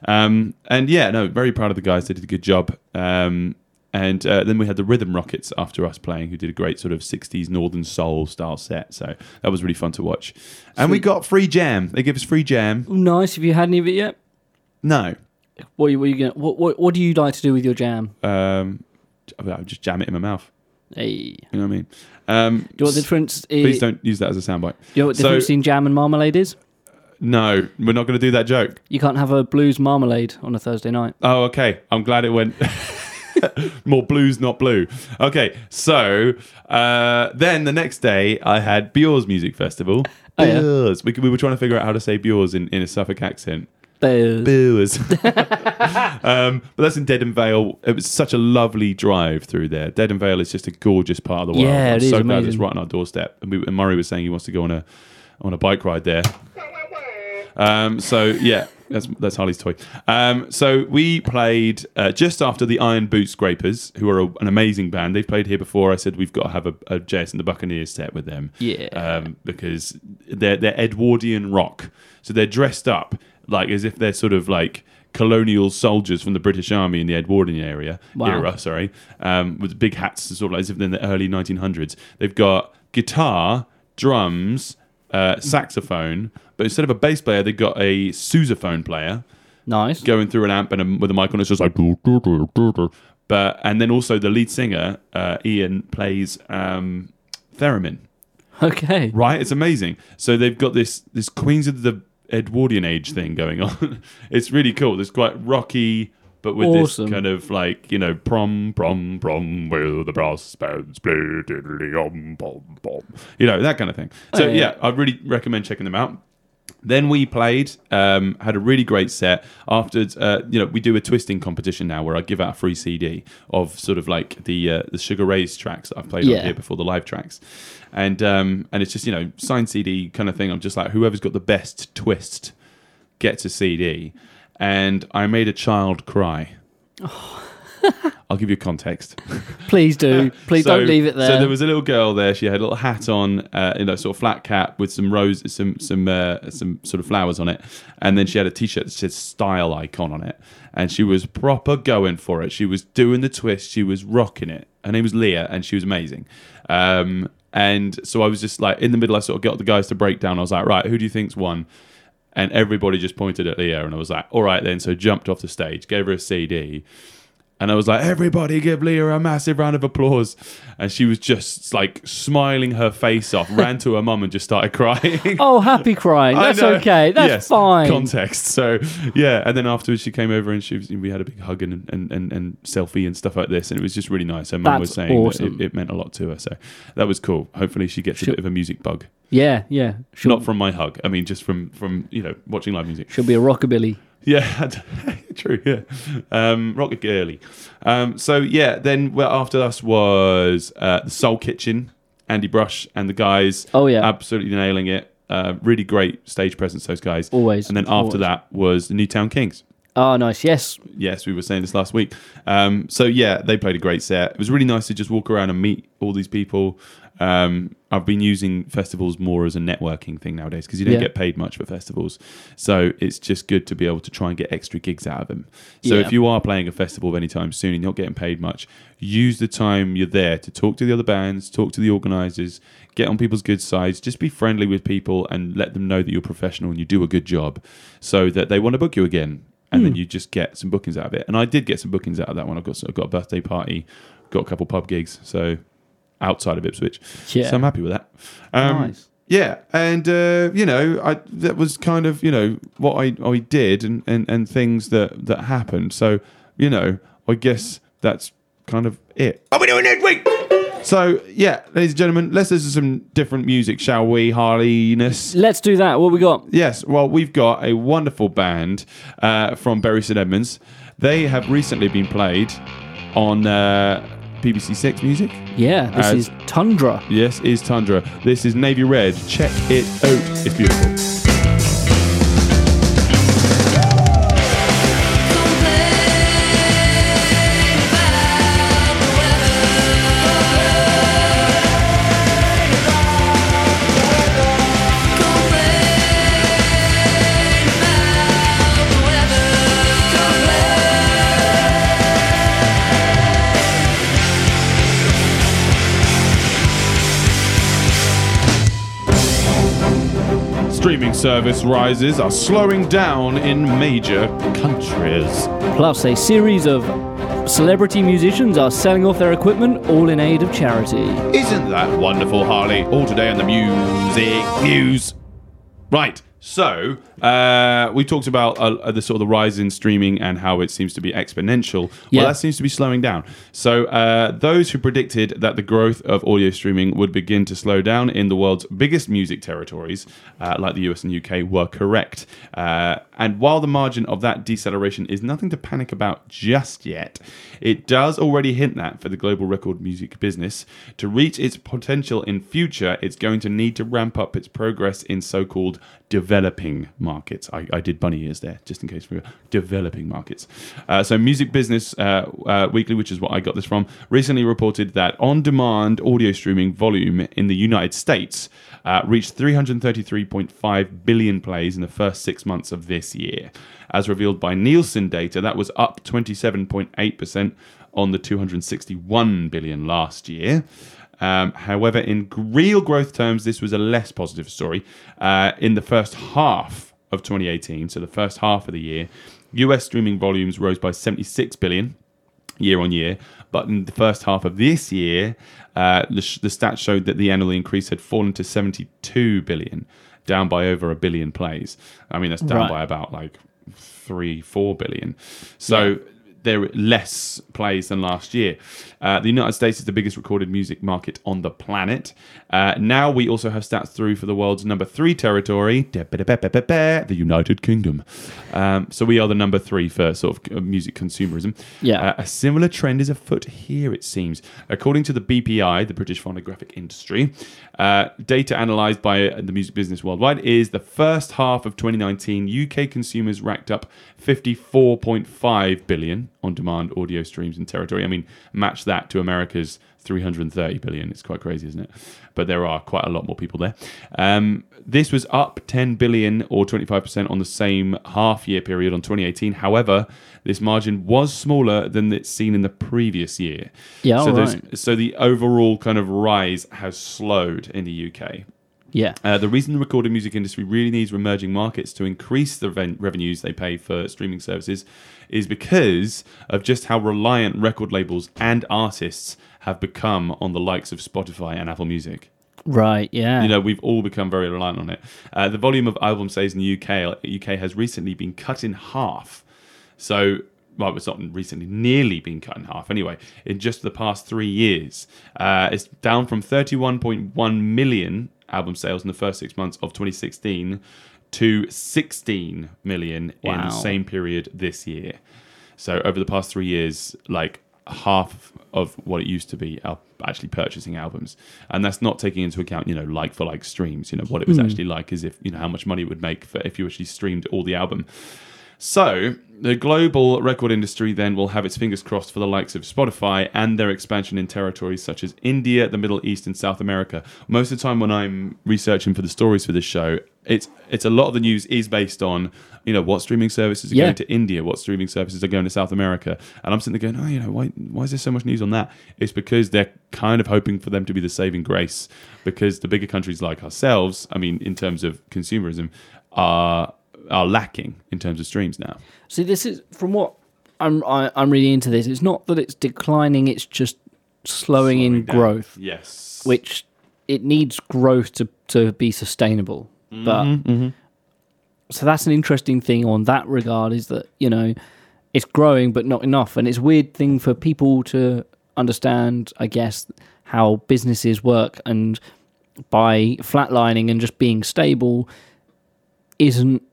Speaker 3: Um, and yeah, no, very proud of the guys. They did a good job. Um, and uh, then we had the Rhythm Rockets after us playing, who did a great sort of 60s Northern Soul style set. So that was really fun to watch. And we got free jam. They give us free jam.
Speaker 2: Nice. Have you had any of it yet?
Speaker 3: No.
Speaker 2: What are you, what are you gonna? What, what what do you like to do with your jam?
Speaker 3: Um, I would just jam it in my mouth.
Speaker 2: Hey, do
Speaker 3: You know what I mean? Um,
Speaker 2: you know what the difference is?
Speaker 3: please don't use that as a soundbite.
Speaker 2: Do you know what the
Speaker 3: So-
Speaker 2: difference in jam and marmalade is?
Speaker 3: No, we're not going to do that joke.
Speaker 2: You can't have a blues marmalade on a Thursday night.
Speaker 3: Oh, okay. I'm glad it went more blues, not blue. Okay, so uh, then the next day I had Björ's Music Festival.
Speaker 2: Oh, yeah.
Speaker 3: Björ's. We, we were trying to figure out how to say Björ's in, in a Suffolk accent.
Speaker 2: There's-
Speaker 3: Booers. um, but that's in Dedham Vale. It was such a lovely drive through there. Dedham Vale is just a gorgeous part of the world.
Speaker 2: Yeah,
Speaker 3: I'm
Speaker 2: it is
Speaker 3: so glad it's
Speaker 2: amazing.
Speaker 3: right on our doorstep. And, we, and Murray was saying he wants to go on a on a bike ride there. Um, so yeah, that's that's Harley's toy. Um, so we played uh, just after the Iron Boot Scrapers, who are a, an amazing band. They've played here before. I said we've got to have a, a JS and the Buccaneers set with them.
Speaker 2: Yeah.
Speaker 3: um, because they're they're Edwardian rock. So they're dressed up like as if they're sort of like colonial soldiers from the British Army in the Edwardian area
Speaker 2: Wow.
Speaker 3: era. Sorry, um, with big hats, sort of like as if they're in the early 1900s. They've got guitar, drums, uh, saxophone, but instead of a bass player, they've got a sousaphone player
Speaker 2: Nice.
Speaker 3: going through an amp and a, with a mic on. It's just like, "Doo, doo, doo, doo, doo." but and then also the lead singer uh, Ian plays um, theremin.
Speaker 2: Okay.
Speaker 3: Right, it's amazing. So they've got this this Queens of the Edwardian Age thing going on. it's really cool. It's quite rocky, but with
Speaker 2: Awesome.
Speaker 3: this kind of like you know prom prom prom where the brass bands play diddly om pom pom, you know that kind of thing. So
Speaker 2: Oh, yeah.
Speaker 3: yeah, I really recommend checking them out. Then we played, um, had a really great set. Afterwards, uh, you know, we do a twisting competition now where I give out a free CD of sort of like the uh, the Sugar Ray's tracks that I've played on
Speaker 2: Yeah.
Speaker 3: here before the live tracks, and um, and it's just you know signed CD kind of thing. I'm just like whoever's got the best twist gets a CD, and I made a child cry. I'll give you context.
Speaker 2: Please do. Please
Speaker 3: So-
Speaker 2: don't leave it there.
Speaker 3: So there was a little girl there. She had a little hat on, uh, you know, sort of flat cap with some rose, some some uh, some sort of flowers on it, and then she had a t-shirt that said "Style Icon" on it, and she was proper going for it. She was doing the twist. She was rocking it. Her name was Leah, and she was amazing. Um, and so I was just like in the middle. I sort of got the guys to break down. I was like, right, who do you think's won? And everybody just pointed at Leah, and I was like, all right then. So jumped off the stage, gave her a CD And I was like, everybody give Leah a massive round of applause. And she was just like smiling her face off, ran to her mum and just started crying.
Speaker 2: Oh, happy crying.
Speaker 3: I
Speaker 2: That's
Speaker 3: know.
Speaker 2: okay. That's
Speaker 3: Yes.
Speaker 2: fine.
Speaker 3: Context. So yeah, and then afterwards she came over and she was, we had a big hug and, and and and selfie and stuff like this, and it was just really nice. Her mum
Speaker 2: That's
Speaker 3: was saying that
Speaker 2: awesome.
Speaker 3: it, it meant a lot to her, so that was cool. Hopefully she gets a
Speaker 2: She'll-
Speaker 3: bit of a music bug,
Speaker 2: Yeah, yeah. She'll,
Speaker 3: not from my hug. I mean, just from from you know watching live music.
Speaker 2: she'll be a rockabilly.
Speaker 3: Yeah, true. Yeah, um, Rocket Girly. Um, so yeah, then well, after us was uh, the Soul Kitchen, Andy Brush and the guys.
Speaker 2: Oh, yeah.
Speaker 3: absolutely nailing it. Uh, really great stage presence, those guys.
Speaker 2: Always,
Speaker 3: And then after
Speaker 2: always.
Speaker 3: that was the Newtown Kings.
Speaker 2: Oh, nice. Yes.
Speaker 3: Yes, we were saying this last week. Um, so yeah, they played a great set. It was really nice to just walk around and meet all these people. Um, I've been using festivals more as a networking thing nowadays because you don't
Speaker 2: Yeah.
Speaker 3: get paid much for festivals, so it's just good to be able to try and get extra gigs out of them. So
Speaker 2: Yeah.
Speaker 3: if you are playing a festival anytime soon and you're not getting paid much, use the time you're there to talk to the other bands, talk to the organisers, get on people's good sides, just be friendly with people and let them know that you're professional and you do a good job, so that they want to book you again and
Speaker 2: Hmm.
Speaker 3: then you just get some bookings out of it. And I did get some bookings out of that one. I got I got a birthday party, got a couple pub gigs, so outside of Ipswich.
Speaker 2: Yeah.
Speaker 3: So I'm happy with that. Um,
Speaker 2: Nice.
Speaker 3: Yeah, and uh, you know, I that was kind of you know what I, I did and, and, and things that that happened. So you know, I guess that's kind of it. Are we doing next week? So yeah, ladies and gentlemen, let's listen to some different music, shall we, Harleyness?
Speaker 2: Let's do that. What we got?
Speaker 3: Yes, well, we've got a wonderful band uh, from Bury St Edmunds. They have recently been played on uh, BBC Six Music.
Speaker 2: Yeah, this
Speaker 3: Uh,
Speaker 2: is Tundra.
Speaker 3: Yes, is Tundra. This is Navy Red. Check it out. It's beautiful. Streaming service rises are slowing down in major countries.
Speaker 2: Plus, a series of celebrity musicians are selling off their equipment all in aid of charity.
Speaker 3: Isn't that wonderful, Harley? All today on the music news. Right. So uh, we talked about uh, uh, the sort of the rise in streaming and how it seems to be exponential.
Speaker 2: Yeah.
Speaker 3: Well, that seems to be slowing down. So uh, those who predicted that the growth of audio streaming would begin to slow down in the world's biggest music territories, uh, like the US and UK, were correct. Uh, and while the margin of that deceleration is nothing to panic about just yet, it does already hint that for the global record music business to reach its potential in future, it's going to need to ramp up its progress in so-called developing markets. I, I did bunny ears there, just in case we were developing markets. Uh, so, Music Business uh, uh, Weekly, which is what I got this from, recently reported that on-demand audio streaming volume in the United States uh, reached 333.5 billion plays in the first six months of this year, as revealed by Nielsen data. That was up 27.8 percent on the 261 billion last year. Um, however, in g- real growth terms, this was a less positive story. Uh, in the first half of 2018, so the first half of the year, US streaming volumes rose by 76 billion year on year. But in the first half of this year, uh, the, sh- the stats showed that the annual increase had fallen to 72 billion, down by over a billion plays. I mean, that's down
Speaker 2: Right.
Speaker 3: by about like three, four billion. So there were less plays than last year. Uh, the United States is the biggest recorded music market on the planet. Uh, now we also have stats through for the world's number three territory, the United Kingdom. Um, so we are the number three for sort of uh, music consumerism.
Speaker 2: Yeah.
Speaker 3: Uh, a similar trend is afoot here, it seems. According to the BPI, the British Phonographic Industry, uh, data analysed by uh, the music business worldwide is the first half of 2019, UK consumers racked up 54.5 billion on demand audio streams in territory. I mean, match that to America's 330 billion. It's quite crazy, isn't it? But there are quite a lot more people there. Um, this was up 10 billion or 25% on the same half year period on 2018. However, this margin was smaller than it's seen in the previous year.
Speaker 2: Yeah,
Speaker 3: so,
Speaker 2: all
Speaker 3: there's-
Speaker 2: right.
Speaker 3: so the overall kind of rise has slowed in the UK.
Speaker 2: Yeah.
Speaker 3: Uh, the reason the recorded music industry really needs emerging markets to increase the reven- revenues they pay for streaming services is because of just how reliant record labels and artists have become on the likes of Spotify and Apple Music.
Speaker 2: Right. Yeah.
Speaker 3: You know, we've all become very reliant on it. Uh, the volume of album sales in the UK UK has recently been cut in half. So, well, it's not recently, nearly been cut in half. Anyway, in just the past three years, uh, it's down from 31.1 million album sales in the first six months of 2016 to 16 million in
Speaker 2: Wow.
Speaker 3: the same period this year. So, over the past three years, like half of what it used to be are actually purchasing albums, and that's not taking into account, you know, like for like streams. You know what it was actually like, is if you know how much money it would make for if you actually streamed all the album. So, the global record industry then will have its fingers crossed for the likes of Spotify and their expansion in territories such as India, the Middle East, and South America. Most of the time, when I'm researching for the stories for this show, it's it's a lot of the news is based on you know what streaming services are
Speaker 2: Yeah.
Speaker 3: going to India, what streaming services are going to South America, and I'm sitting there going, oh, you know, why why is there so much news on that? It's because they're kind of hoping for them to be the saving grace, because the bigger countries like ourselves, I mean, in terms of consumerism, are are lacking in terms of streams now.
Speaker 2: See, this is from what I'm I, I'm reading into this. It's not that it's declining; it's just slowing, in growth,
Speaker 3: Yes.
Speaker 2: which it needs growth to to be sustainable. But so that's an interesting thing on that regard is that you know it's growing but not enough, and it's a weird thing for people to understand. I guess how businesses work and by flatlining and just being stable isn't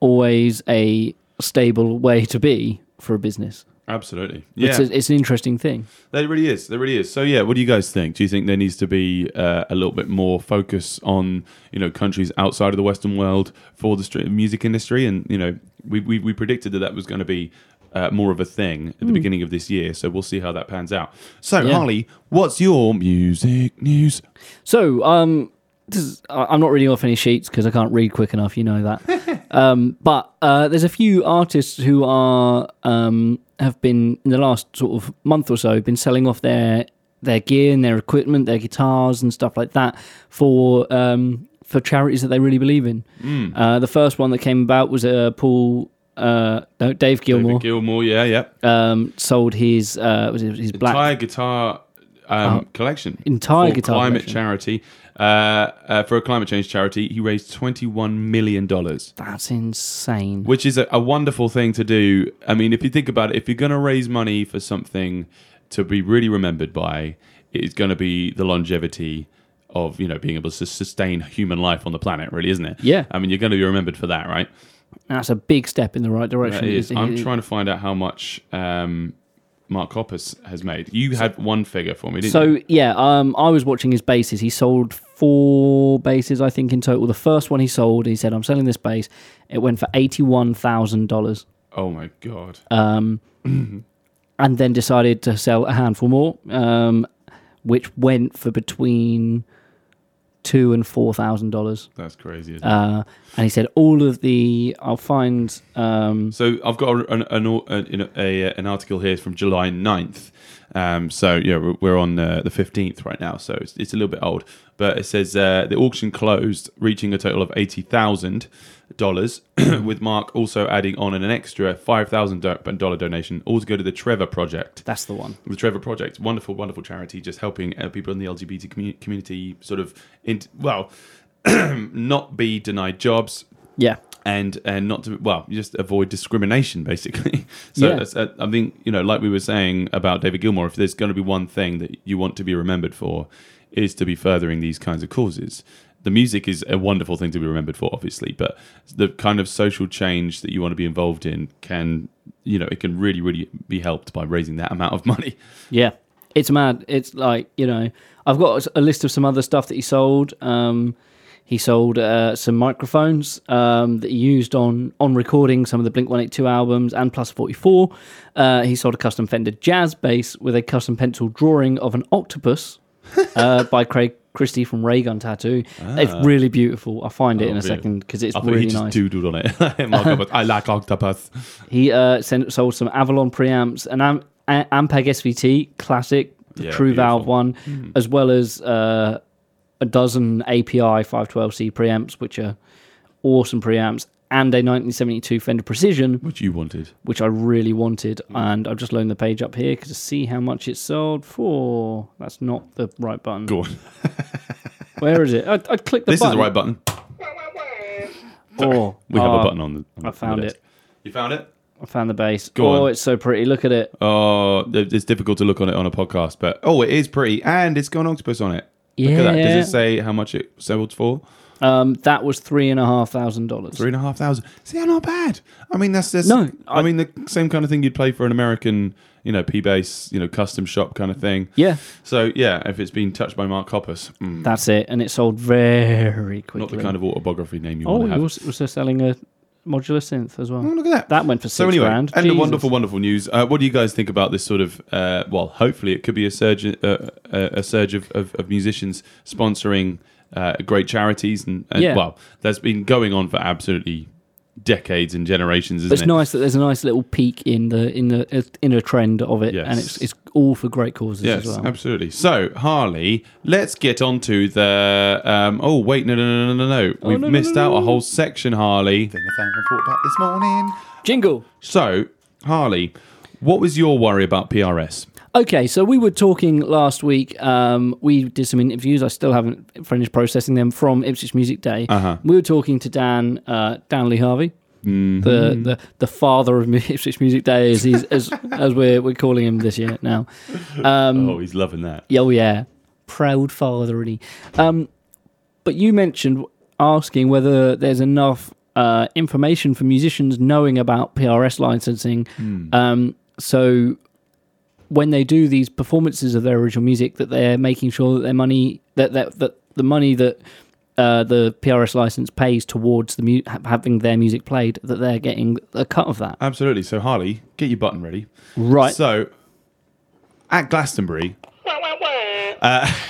Speaker 2: always a stable way to be for a business.
Speaker 3: Absolutely. Yeah.
Speaker 2: It's, a, it's an interesting thing.
Speaker 3: That really is. That really is. So yeah, what do you guys think? Do you think there needs to be uh, a little bit more focus on you know countries outside of the Western world for the str- music industry? And you know, we we, we predicted that that was going to be. Uh, more of a thing at the beginning of this year, so we'll see how that pans out. So,
Speaker 2: Yeah.
Speaker 3: Harley, what's your music news?
Speaker 2: So, um, this is, I- I'm not reading off any sheets because I can't read quick enough. You know that. um, but uh, there's a few artists who are um, have been in the last sort of month or so been selling off their their gear and their equipment, their guitars and stuff like that for um, for charities that they really believe in.
Speaker 3: Hmm.
Speaker 2: Uh, the first one that came about was uh, Paul. Uh, no, Dave Gilmore
Speaker 3: Gilmore, yeah, yeah.
Speaker 2: um, sold his uh, was it his black Oh.
Speaker 3: entire guitar um, collection.
Speaker 2: entire
Speaker 3: for
Speaker 2: guitar
Speaker 3: climate
Speaker 2: collection.
Speaker 3: charity uh, uh, for a climate change charity. He raised twenty one million dollars,
Speaker 2: That's insane.
Speaker 3: which is a, a wonderful thing to do. I mean, if you think about it, if you're going to raise money for something to be really remembered by, it's going to be the longevity of you know being able to sustain human life on the planet, really, isn't it?
Speaker 2: Yeah.
Speaker 3: I mean, you're going to be remembered for that, right?
Speaker 2: That's a big step in the right direction.
Speaker 3: That is.
Speaker 2: It-
Speaker 3: I'm
Speaker 2: it-
Speaker 3: trying to find out how much. Um, Mark Hoppus has made. You had one figure for me, didn't you?
Speaker 2: So yeah, um, I was watching his bases. He sold four bases, I think, in total. The first one he sold, he said, "I'm selling this base." It went for eighty-one thousand dollars,
Speaker 3: Oh my god.
Speaker 2: Uh, and then decided to sell a handful more, um, which went for between two and four thousand dollars.
Speaker 3: That's crazy. Isn't it?
Speaker 2: Uh, and he said, "All of the, I'll find." Um,
Speaker 3: So I've got a- an an, au- an, a, uh, an article here from July 9th. Um, so yeah, we're, we're on uh, the 15th right now, so it's, it's a little bit old. But it says uh, the auction closed, reaching a total of eighty thousand dollars, with Mark also adding on an extra five thousand dollar donation, all to go to the Trevor Project.
Speaker 2: that's the one.
Speaker 3: the Trevor Project, wonderful, wonderful charity, just helping uh, people in the LGBT commu- community sort of, in, well, not be denied jobs,
Speaker 2: Yeah,
Speaker 3: and and not to well you just avoid discrimination basically so
Speaker 2: Yeah.
Speaker 3: that's, uh, i think you know like we were saying about david gilmore if there's going to be one thing that you want to be remembered for is to be furthering these kinds of causes the music is a wonderful thing to be remembered for obviously but the kind of social change that you want to be involved in can you know it can really really be helped by raising that amount of money
Speaker 2: Yeah, it's mad. It's like you know, I've got a list of some other stuff that he sold. Um, he sold uh, some microphones um, that he used on on recording some of the Blink One Eight Two albums and Plus Forty Four. Uh, he sold a custom Fender jazz bass with a custom pencil drawing of an octopus uh, by Craig. Christie from Raygun Tattoo. It's
Speaker 3: Ah.
Speaker 2: really beautiful. I'll find it
Speaker 3: Oh,
Speaker 2: in a
Speaker 3: really?
Speaker 2: second because it's
Speaker 3: i think
Speaker 2: really
Speaker 3: he just
Speaker 2: nice.
Speaker 3: doodled on it Mark Hoppus, i like octopus
Speaker 2: He uh, sent, sold some Avalon preamps, an Am- A- Ampeg SVT classic, the
Speaker 3: Yeah, Hmm.
Speaker 2: True Valve
Speaker 3: beautiful.
Speaker 2: one, as well as uh, a dozen API 512C preamps, which are awesome preamps, and a 1972 Fender Precision,
Speaker 3: What you wanted?
Speaker 2: which I really wanted.
Speaker 3: Hmm.
Speaker 2: And I've just loaded the page up here 'cause to see how much it sold for. That's not the right button.
Speaker 3: Go on.
Speaker 2: Where is it? I, I clicked the
Speaker 3: This is
Speaker 2: button.
Speaker 3: the right button.
Speaker 2: Oh,
Speaker 3: We have
Speaker 2: oh,
Speaker 3: a button on the. on
Speaker 2: I
Speaker 3: the
Speaker 2: found
Speaker 3: desk.
Speaker 2: it.
Speaker 3: You found it?
Speaker 2: I found the bass.
Speaker 3: Go
Speaker 2: oh,
Speaker 3: on.
Speaker 2: it's so pretty. Look at it.
Speaker 3: Oh, th- it's difficult to look on it on a podcast, but oh, it is pretty, and it's got an octopus on it. Look at that.
Speaker 2: Yeah.
Speaker 3: Does it say how much it sold for?
Speaker 2: Um, that was three and a half thousand dollars.
Speaker 3: Three and a half thousand. See, not bad. I mean, that's this.
Speaker 2: No,
Speaker 3: I, mean the same kind of thing you'd play for an American, you know, P bass, you know, custom shop kind of thing.
Speaker 2: Yeah,
Speaker 3: So yeah, if it's been touched by Mark Hoppus, mm,
Speaker 2: that's it. And it sold very quickly.
Speaker 3: not the kind of autobiography name you
Speaker 2: Oh,
Speaker 3: want to
Speaker 2: he
Speaker 3: have.
Speaker 2: was also selling a modular synth as well.
Speaker 3: Oh, look at that.
Speaker 2: That went for six
Speaker 3: so anyway,
Speaker 2: grand.
Speaker 3: and the
Speaker 2: Jesus.
Speaker 3: wonderful, wonderful news. Uh, what do you guys think about this sort of? Uh, well, hopefully, it could be a surge, uh, uh, a surge of, of, of musicians sponsoring uh, great charities, and, and
Speaker 2: Yeah.
Speaker 3: well, that's been going on for absolutely decades and generations. Isn't
Speaker 2: But it's
Speaker 3: it?
Speaker 2: nice that there's a nice little peak in the in the uh, in a trend of it, and
Speaker 3: Yes.
Speaker 2: it's it's all for great causes
Speaker 3: Yes,
Speaker 2: as well.
Speaker 3: absolutely. So, Harley, let's get on to the. Um, oh, wait, no, no, no, no, no, no.
Speaker 2: Oh,
Speaker 3: We've
Speaker 2: no, no,
Speaker 3: missed
Speaker 2: no,
Speaker 3: out
Speaker 2: no.
Speaker 3: a whole section, Harley.
Speaker 6: Thing I found and thought about this morning.
Speaker 2: Jingle.
Speaker 3: So, Harley, what was your worry about PRS?
Speaker 2: Okay, so we were talking last week. Um, we did some interviews. I still haven't finished processing them from Ipswich Music Day.
Speaker 3: Uh-huh.
Speaker 2: We were talking to Dan uh, Dan Lee Harvey,
Speaker 3: Mm-hmm.
Speaker 2: the, the the father of Ipswich Music Day, as he's, as as we're we're calling him this year now. Um,
Speaker 3: oh, he's loving that.
Speaker 2: Yeah, Oh yeah, proud father. Really. Um, but you mentioned asking whether there's enough uh, information for musicians knowing about PRS licensing. Um, so when they do these performances of their original music, that they're making sure that their money that that, that the money that uh, the PRS license pays towards the mu- ha- having their music played, that they're getting a cut of that.
Speaker 3: Absolutely. So, Harley, get your button ready.
Speaker 2: Right.
Speaker 3: So, at Glastonbury, uh,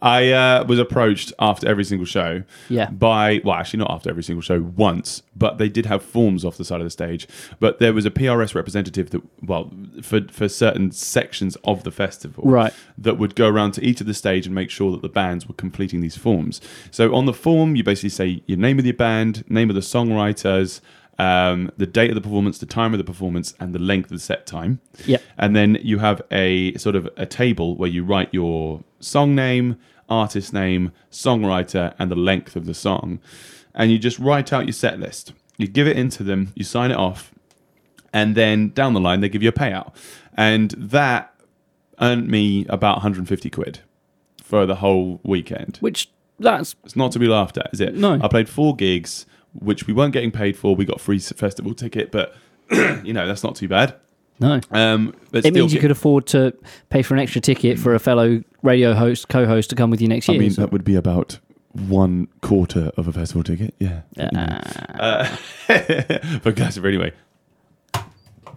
Speaker 3: I uh, was approached after every single show.
Speaker 2: Yeah.
Speaker 3: By well, actually, not after every single show once, but they did have forms off the side of the stage. But there was a PRS representative that, well, for for certain sections of the festival,
Speaker 2: Right.
Speaker 3: that would go around to each of the stage and make sure that the bands were completing these forms. So on the form, you basically say your name of the band, name of the songwriters, um, the date of the performance, the time of the performance, and the length of the set time.
Speaker 2: Yep.
Speaker 3: And then you have a sort of a table where you write your song name, artist name, songwriter, and the length of the song. And you just write out your set list. You give it into them, you sign it off, and then down the line they give you a payout. And that earned me about 150 quid for the whole weekend.
Speaker 2: Which that's
Speaker 3: It's not to be laughed at, is it?
Speaker 2: No.
Speaker 3: I played four gigs, which we weren't getting paid for. We got a free festival ticket, but you know that's not too bad.
Speaker 2: no.
Speaker 3: Um, but
Speaker 2: It
Speaker 3: still
Speaker 2: means you
Speaker 3: get-
Speaker 2: could afford to pay for an extra ticket for a fellow radio host, co-host to come with you next year.
Speaker 3: I mean, uh,
Speaker 2: so-
Speaker 3: that would be about one quarter of a festival ticket. Yeah. Uh,
Speaker 2: Uh,
Speaker 3: for Glastonbury anyway.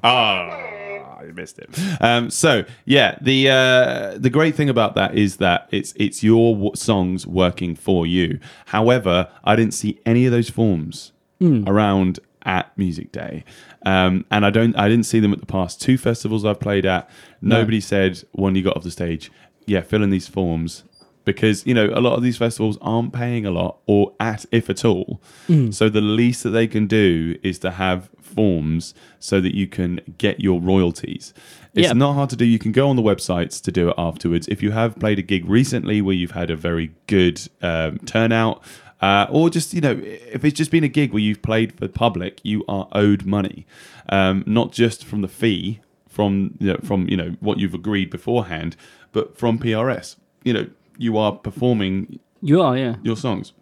Speaker 3: Ah, I missed it. Um, so yeah, the uh, the great thing about that is that it's it's your w- songs working for you. However, I didn't see any of those forms around at Music Day, um, and I don't I didn't see them at the past two festivals I've played at. Nobody said when you got off the stage, yeah, fill in these forms because you know a lot of these festivals aren't paying a lot or at if at all so the least that they can do is to have forms so that you can get your royalties it's
Speaker 2: Yeah.
Speaker 3: not hard to do you can go on the websites to do it afterwards if you have played a gig recently where you've had a very good um, turnout uh, or just you know if it's just been a gig where you've played for the public you are owed money um, not just from the fee from you know, from you know what you've agreed beforehand, but from PRS. You know, you are performing
Speaker 2: you are, yeah.
Speaker 3: your songs.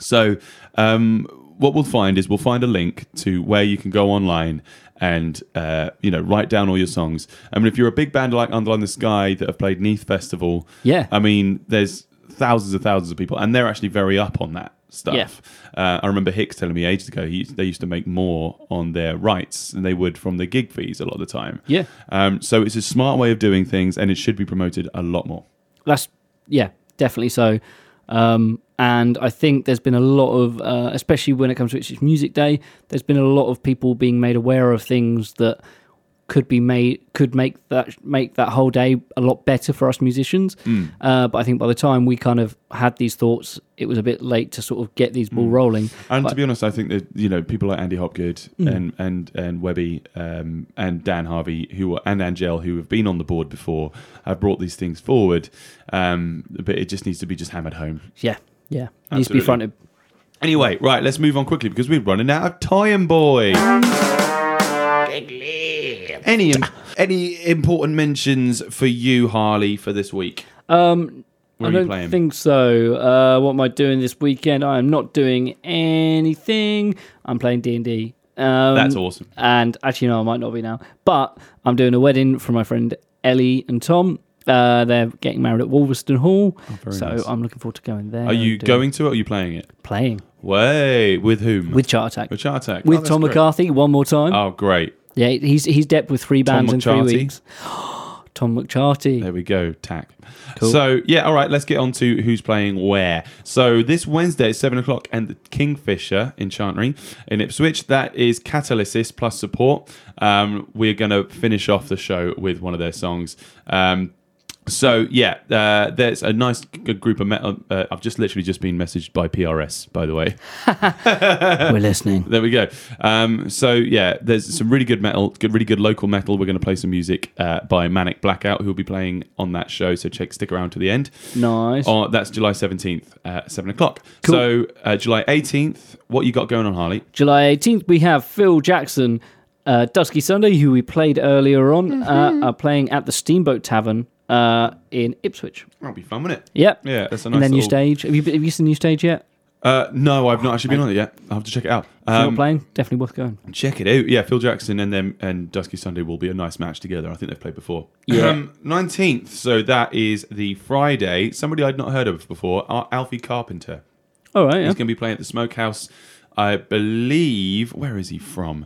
Speaker 3: So, um, what we'll find is we'll find a link to where you can go online and uh, you know write down all your songs. I mean, if you're a big band like Underline the Sky that have played Neath Festival,
Speaker 2: Yeah.
Speaker 3: I mean, there's thousands and thousands of people, and they're actually very up on that stuff.
Speaker 2: Yeah.
Speaker 3: Uh, I remember Hicks telling me ages ago he, they used to make more on their rights than they would from their gig fees a lot of the time.
Speaker 2: Yeah.
Speaker 3: Um, so it's a smart way of doing things, and it should be promoted a lot more.
Speaker 2: That's yeah, definitely so. Um, and I think there's been a lot of, uh, especially when it comes to Ipswich Music Day, there's been a lot of people being made aware of things that could be made could make that make that whole day a lot better for us musicians.
Speaker 3: Hmm.
Speaker 2: Uh, but I think by the time we kind of had these thoughts, it was a bit late to sort of get these ball rolling.
Speaker 3: Hmm. And to
Speaker 2: But- Mm.
Speaker 3: be honest, I think that you know people like Andy Hopgood and and and Webby um, and Dan Harvey, who are, and Angel, who have been on the board before, have brought these things forward. Um, but it just needs to be just hammered home.
Speaker 2: yeah, yeah, needs to be
Speaker 3: Absolutely.
Speaker 2: fronted.
Speaker 3: Anyway, right, let's move on quickly because we're running out of time, boy. Any im- any important mentions for you, Harley, for this week?
Speaker 2: Um,
Speaker 3: Where
Speaker 2: I
Speaker 3: are
Speaker 2: don't
Speaker 3: you playing?
Speaker 2: think so. Uh, what am I doing this weekend? I am not doing anything. I'm playing D and D. Um,
Speaker 3: That's awesome.
Speaker 2: And actually, no, I might not be now. But I'm doing a wedding for my friend Ellie and Tom. Uh, they're getting married at Wolverston Hall,
Speaker 3: Oh, very
Speaker 2: so
Speaker 3: nice.
Speaker 2: I'm looking forward to going there.
Speaker 3: Are you
Speaker 2: and doing-
Speaker 3: going to it? Or are you playing it?
Speaker 2: playing
Speaker 3: Way with whom?
Speaker 2: with Chart Attack
Speaker 3: with Chart Attack.
Speaker 2: with
Speaker 3: Oh, that's
Speaker 2: Tom
Speaker 3: great.
Speaker 2: McCarthy one more time?
Speaker 3: Oh, great!
Speaker 2: Yeah, he's he's depped with three
Speaker 3: Tom
Speaker 2: bands in three
Speaker 3: McCharty?
Speaker 2: weeks. Tom McCharty.
Speaker 3: There we go, tack. So yeah, all right. Let's get on to who's playing where. So this Wednesday at seven o'clock, and the Kingfisher in Chantry in Ipswich. That is Catalysis plus support. Um, we're gonna finish off the show with one of their songs. Um, so yeah, uh, there's a nice g- g- group of. Me- uh, I've just literally just been messaged by PRS, by the way.
Speaker 2: We're listening.
Speaker 3: There we go. Um, so yeah, there's some really good metal, good, really good local metal. We're going to play some music uh, by Manic Blackout, who will be playing on that show. So check, stick around to the end.
Speaker 2: Nice.
Speaker 3: Oh, that's July seventeenth at seven o'clock. So
Speaker 2: Cool.
Speaker 3: uh, July eighteenth, what you got going on, Harley?
Speaker 2: July 18th, we have Phil Jackson, uh, Dusky Sunday, who we played earlier on, uh, are playing at the Steamboat Tavern uh, in Ipswich.
Speaker 3: That'll be fun, won't it?
Speaker 2: Yep.
Speaker 3: Yeah, that's a nice.
Speaker 2: and then new
Speaker 3: little-
Speaker 2: stage. Have you, have you seen new stage yet?
Speaker 3: Uh, no, I've not actually been on it yet. I'll have to check it out.
Speaker 2: If you're
Speaker 3: Um,
Speaker 2: not playing, definitely worth going.
Speaker 3: Check it out. Yeah, Phil Jackson and them and Dusky Sunday will be a nice match together. I think they've played before.
Speaker 2: Yeah.
Speaker 3: Um, 19th, so that is the Friday. Somebody I'd not heard of before, Al- Alfie Carpenter.
Speaker 2: All right. Yeah.
Speaker 3: He's going to be playing at the Smokehouse, I believe. Where is he from?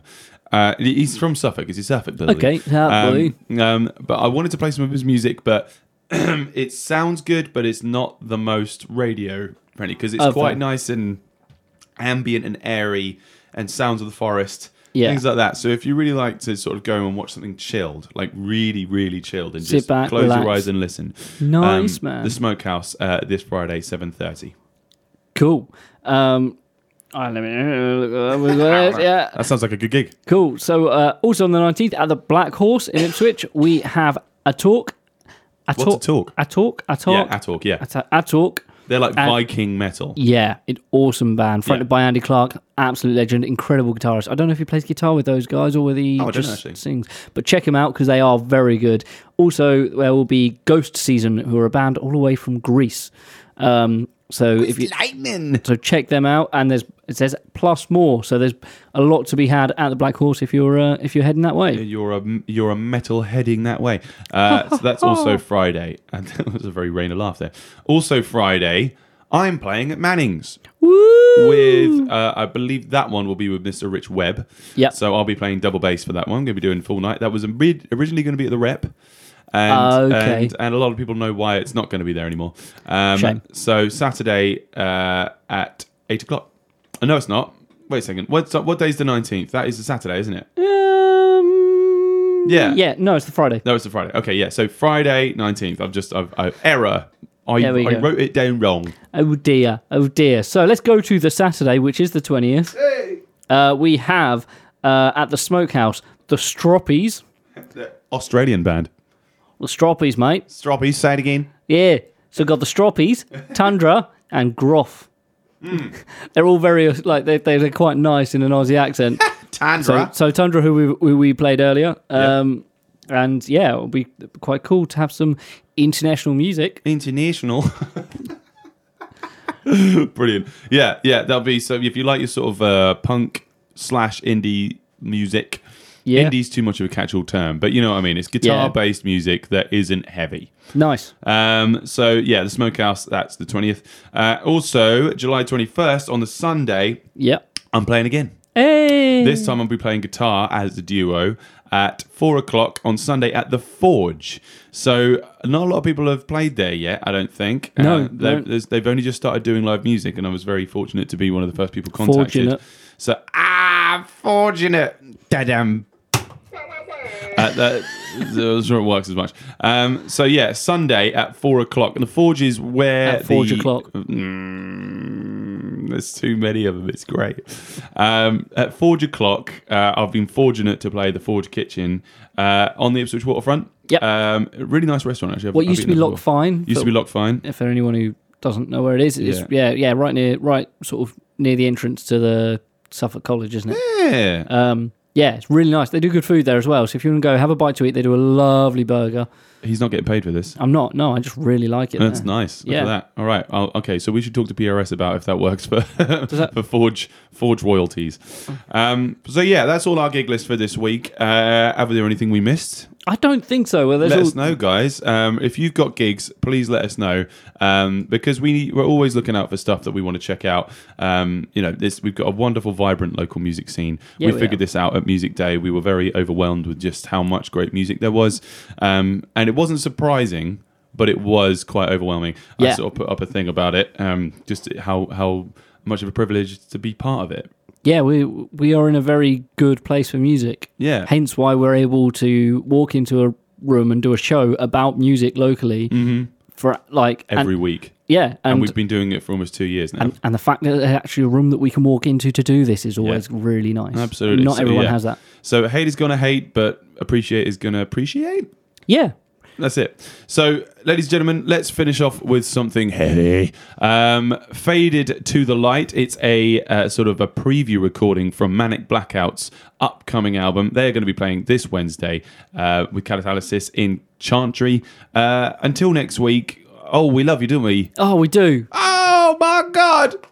Speaker 3: Uh, he's from Suffolk. Is he Suffolk? Billy?
Speaker 2: Okay, that
Speaker 3: um, um, but I wanted to play some of his music, but it sounds good, but it's not the most radio friendly because it's
Speaker 2: Okay.
Speaker 3: quite nice and ambient and airy and sounds of the forest.
Speaker 2: Yeah.
Speaker 3: Things like that. So if you really like to sort of go and watch something chilled, like really, really chilled, and
Speaker 2: Sit
Speaker 3: just
Speaker 2: back,
Speaker 3: close
Speaker 2: relax.
Speaker 3: your eyes and listen. Um,
Speaker 2: Nice, man.
Speaker 3: The Smokehouse uh, this Friday, seven thirty.
Speaker 2: Cool. Um, all right, let me- yeah.
Speaker 3: That sounds like a good gig.
Speaker 2: Cool. So uh, also on the 19th at the Black Horse in Ipswich, we have a talk. A
Speaker 3: a talk?
Speaker 2: A talk. A talk.
Speaker 3: Yeah, Atalk, yeah.
Speaker 2: A ta- a talk.
Speaker 3: They're like
Speaker 2: And-
Speaker 3: Viking metal.
Speaker 2: Yeah, an awesome band fronted
Speaker 3: Yeah.
Speaker 2: by Andy Clark, absolute legend, incredible guitarist. I don't know if he plays guitar with those guys or whether he
Speaker 3: Oh, I don't
Speaker 2: just
Speaker 3: actually.
Speaker 2: sings, but check him out because they are very good. Also, there will be Ghost Season, who are a band all the way from Greece. Um, so if you
Speaker 3: Lightning.
Speaker 2: so check them out, and there's it says plus more, so there's a lot to be had at the Black Horse if you're uh, if you're heading that way.
Speaker 3: You're a you're a metal heading that way. Uh, so that's also Friday, and that was a very rain of laugh there. Also Friday, I'm playing at Manning's
Speaker 2: Woo!
Speaker 3: with uh, I believe that one will be with Mr. Rich Webb.
Speaker 2: Yep.
Speaker 3: So I'll be playing double bass for that one. I'm going to be doing full night. That was ori- originally going to be at the Rep. And,
Speaker 2: Okay.
Speaker 3: and and a lot of people know why it's not going to be there anymore. Um,
Speaker 2: Shame.
Speaker 3: So Saturday uh, at eight o'clock. Oh, no, it's not. Wait a second. What's what day's the nineteenth? That is a Saturday, isn't it?
Speaker 2: Um,
Speaker 3: Yeah.
Speaker 2: Mm, yeah, no, it's the Friday.
Speaker 3: No, it's a Friday. Okay, yeah. So Friday nineteenth. I've just I've, i error. I,
Speaker 2: There we
Speaker 3: I
Speaker 2: go.
Speaker 3: wrote it down wrong.
Speaker 2: Oh dear, oh dear. So let's go to the Saturday, which is the twentieth. Uh, we have uh, at the Smokehouse the Stroppies,
Speaker 3: Australian band.
Speaker 2: the Stroppies, mate.
Speaker 3: Stroppies. Say it again.
Speaker 2: Yeah. So got the Stroppies, Tundra, and Groff.
Speaker 3: Hmm.
Speaker 2: they're all very like they, they- they're quite nice in an Aussie accent. so,
Speaker 3: Tandra.
Speaker 2: so Tundra, who we, who we played earlier, um, and yeah, it'll be quite cool to have some international music.
Speaker 3: international. Brilliant. Yeah, yeah. That'll be so. If you like your sort of uh, punk slash indie music,
Speaker 2: Yeah.
Speaker 3: indie's too much of a catch-all term, but you know what I mean. It's guitar-based music that isn't heavy.
Speaker 2: Nice.
Speaker 3: Um, so yeah, the Smokehouse. That's the twentieth. Uh, also, July twenty-first on the Sunday,
Speaker 2: Yep.
Speaker 3: I'm playing again.
Speaker 2: Hey.
Speaker 3: This time I'll be playing guitar as a duo at four o'clock on Sunday at the Forge. So not a lot of people have played there yet, I don't think. Uh,
Speaker 2: No,
Speaker 3: they've,
Speaker 2: no.
Speaker 3: there's- they've only just started doing live music, and I was very fortunate to be one of the first people contacted.
Speaker 2: Fortunate.
Speaker 3: So ah, fortunate, da Uh, that doesn't work as much. Um, so yeah, Sunday at four o'clock, and the Forge is where
Speaker 2: At Forge
Speaker 3: the-
Speaker 2: o'clock.
Speaker 3: Mm, there's too many of them. It's great. Um, at Forge o'clock, uh, I've been fortunate to play the Forge Kitchen uh, on the Ipswich waterfront.
Speaker 2: Yep.
Speaker 3: Um, really nice restaurant actually. I've-
Speaker 2: What
Speaker 3: I've
Speaker 2: used to
Speaker 3: eaten
Speaker 2: be
Speaker 3: there
Speaker 2: Lock
Speaker 3: before.
Speaker 2: Fine.
Speaker 3: Used to be
Speaker 2: but
Speaker 3: Lock Fine.
Speaker 2: If there anyone who doesn't know where it is, it's yeah, yeah, right near, right sort of near the entrance to the Suffolk College, isn't it?
Speaker 3: Yeah.
Speaker 2: Um, yeah, it's really nice. They do good food there as well. So if you want to go have a bite to eat, they do a lovely burger.
Speaker 3: He's not getting paid for this.
Speaker 2: I'm not. No, I just really like it.
Speaker 3: That's
Speaker 2: there.
Speaker 3: nice. Look
Speaker 2: Yeah.
Speaker 3: at that. All right. I'll, okay. So we should talk to PRS about if that works for
Speaker 2: that-
Speaker 3: for Forge Forge royalties. Um, so yeah, that's all our gig list for this week. Uh, have there anything we missed?
Speaker 2: I don't think so. Well, there's
Speaker 3: Let
Speaker 2: all,
Speaker 3: us know, guys. Um, if you've got gigs, please let us know um, because we we're always looking out for stuff that we want to check out. Um, you know, this we've got a wonderful, vibrant local music scene.
Speaker 2: Yeah,
Speaker 3: we
Speaker 2: we
Speaker 3: figured
Speaker 2: have.
Speaker 3: this out at Music Day. We were very overwhelmed with just how much great music there was, um, and it wasn't surprising. But it was quite overwhelming. I
Speaker 2: Yeah.
Speaker 3: sort of put up a thing about it, um, just how how much of a privilege to be part of it.
Speaker 2: Yeah, we we are in a very good place for music.
Speaker 3: Yeah.
Speaker 2: Hence why we're able to walk into a room and do a show about music locally for like and-
Speaker 3: Mm-hmm. every week,
Speaker 2: yeah, and
Speaker 3: and
Speaker 2: and,
Speaker 3: we've been doing it for almost two years now.
Speaker 2: and the fact that there's actually a room that we can walk into to do this is always
Speaker 3: Yeah.
Speaker 2: really nice.
Speaker 3: Absolutely.
Speaker 2: Not
Speaker 3: So,
Speaker 2: everyone
Speaker 3: yeah.
Speaker 2: has that.
Speaker 3: So hate is gonna hate, but appreciate is gonna appreciate.
Speaker 2: Yeah.
Speaker 3: That's it. So, ladies and gentlemen, let's finish off with something heavy. Um, Faded to the Light. It's a uh, sort of a preview recording from Manic Blackout's upcoming album. They're going to be playing this Wednesday uh, with Catalysis in Chantry. Uh, until next week. Oh, we love you, don't we?
Speaker 2: Oh, we do.
Speaker 3: Oh my God!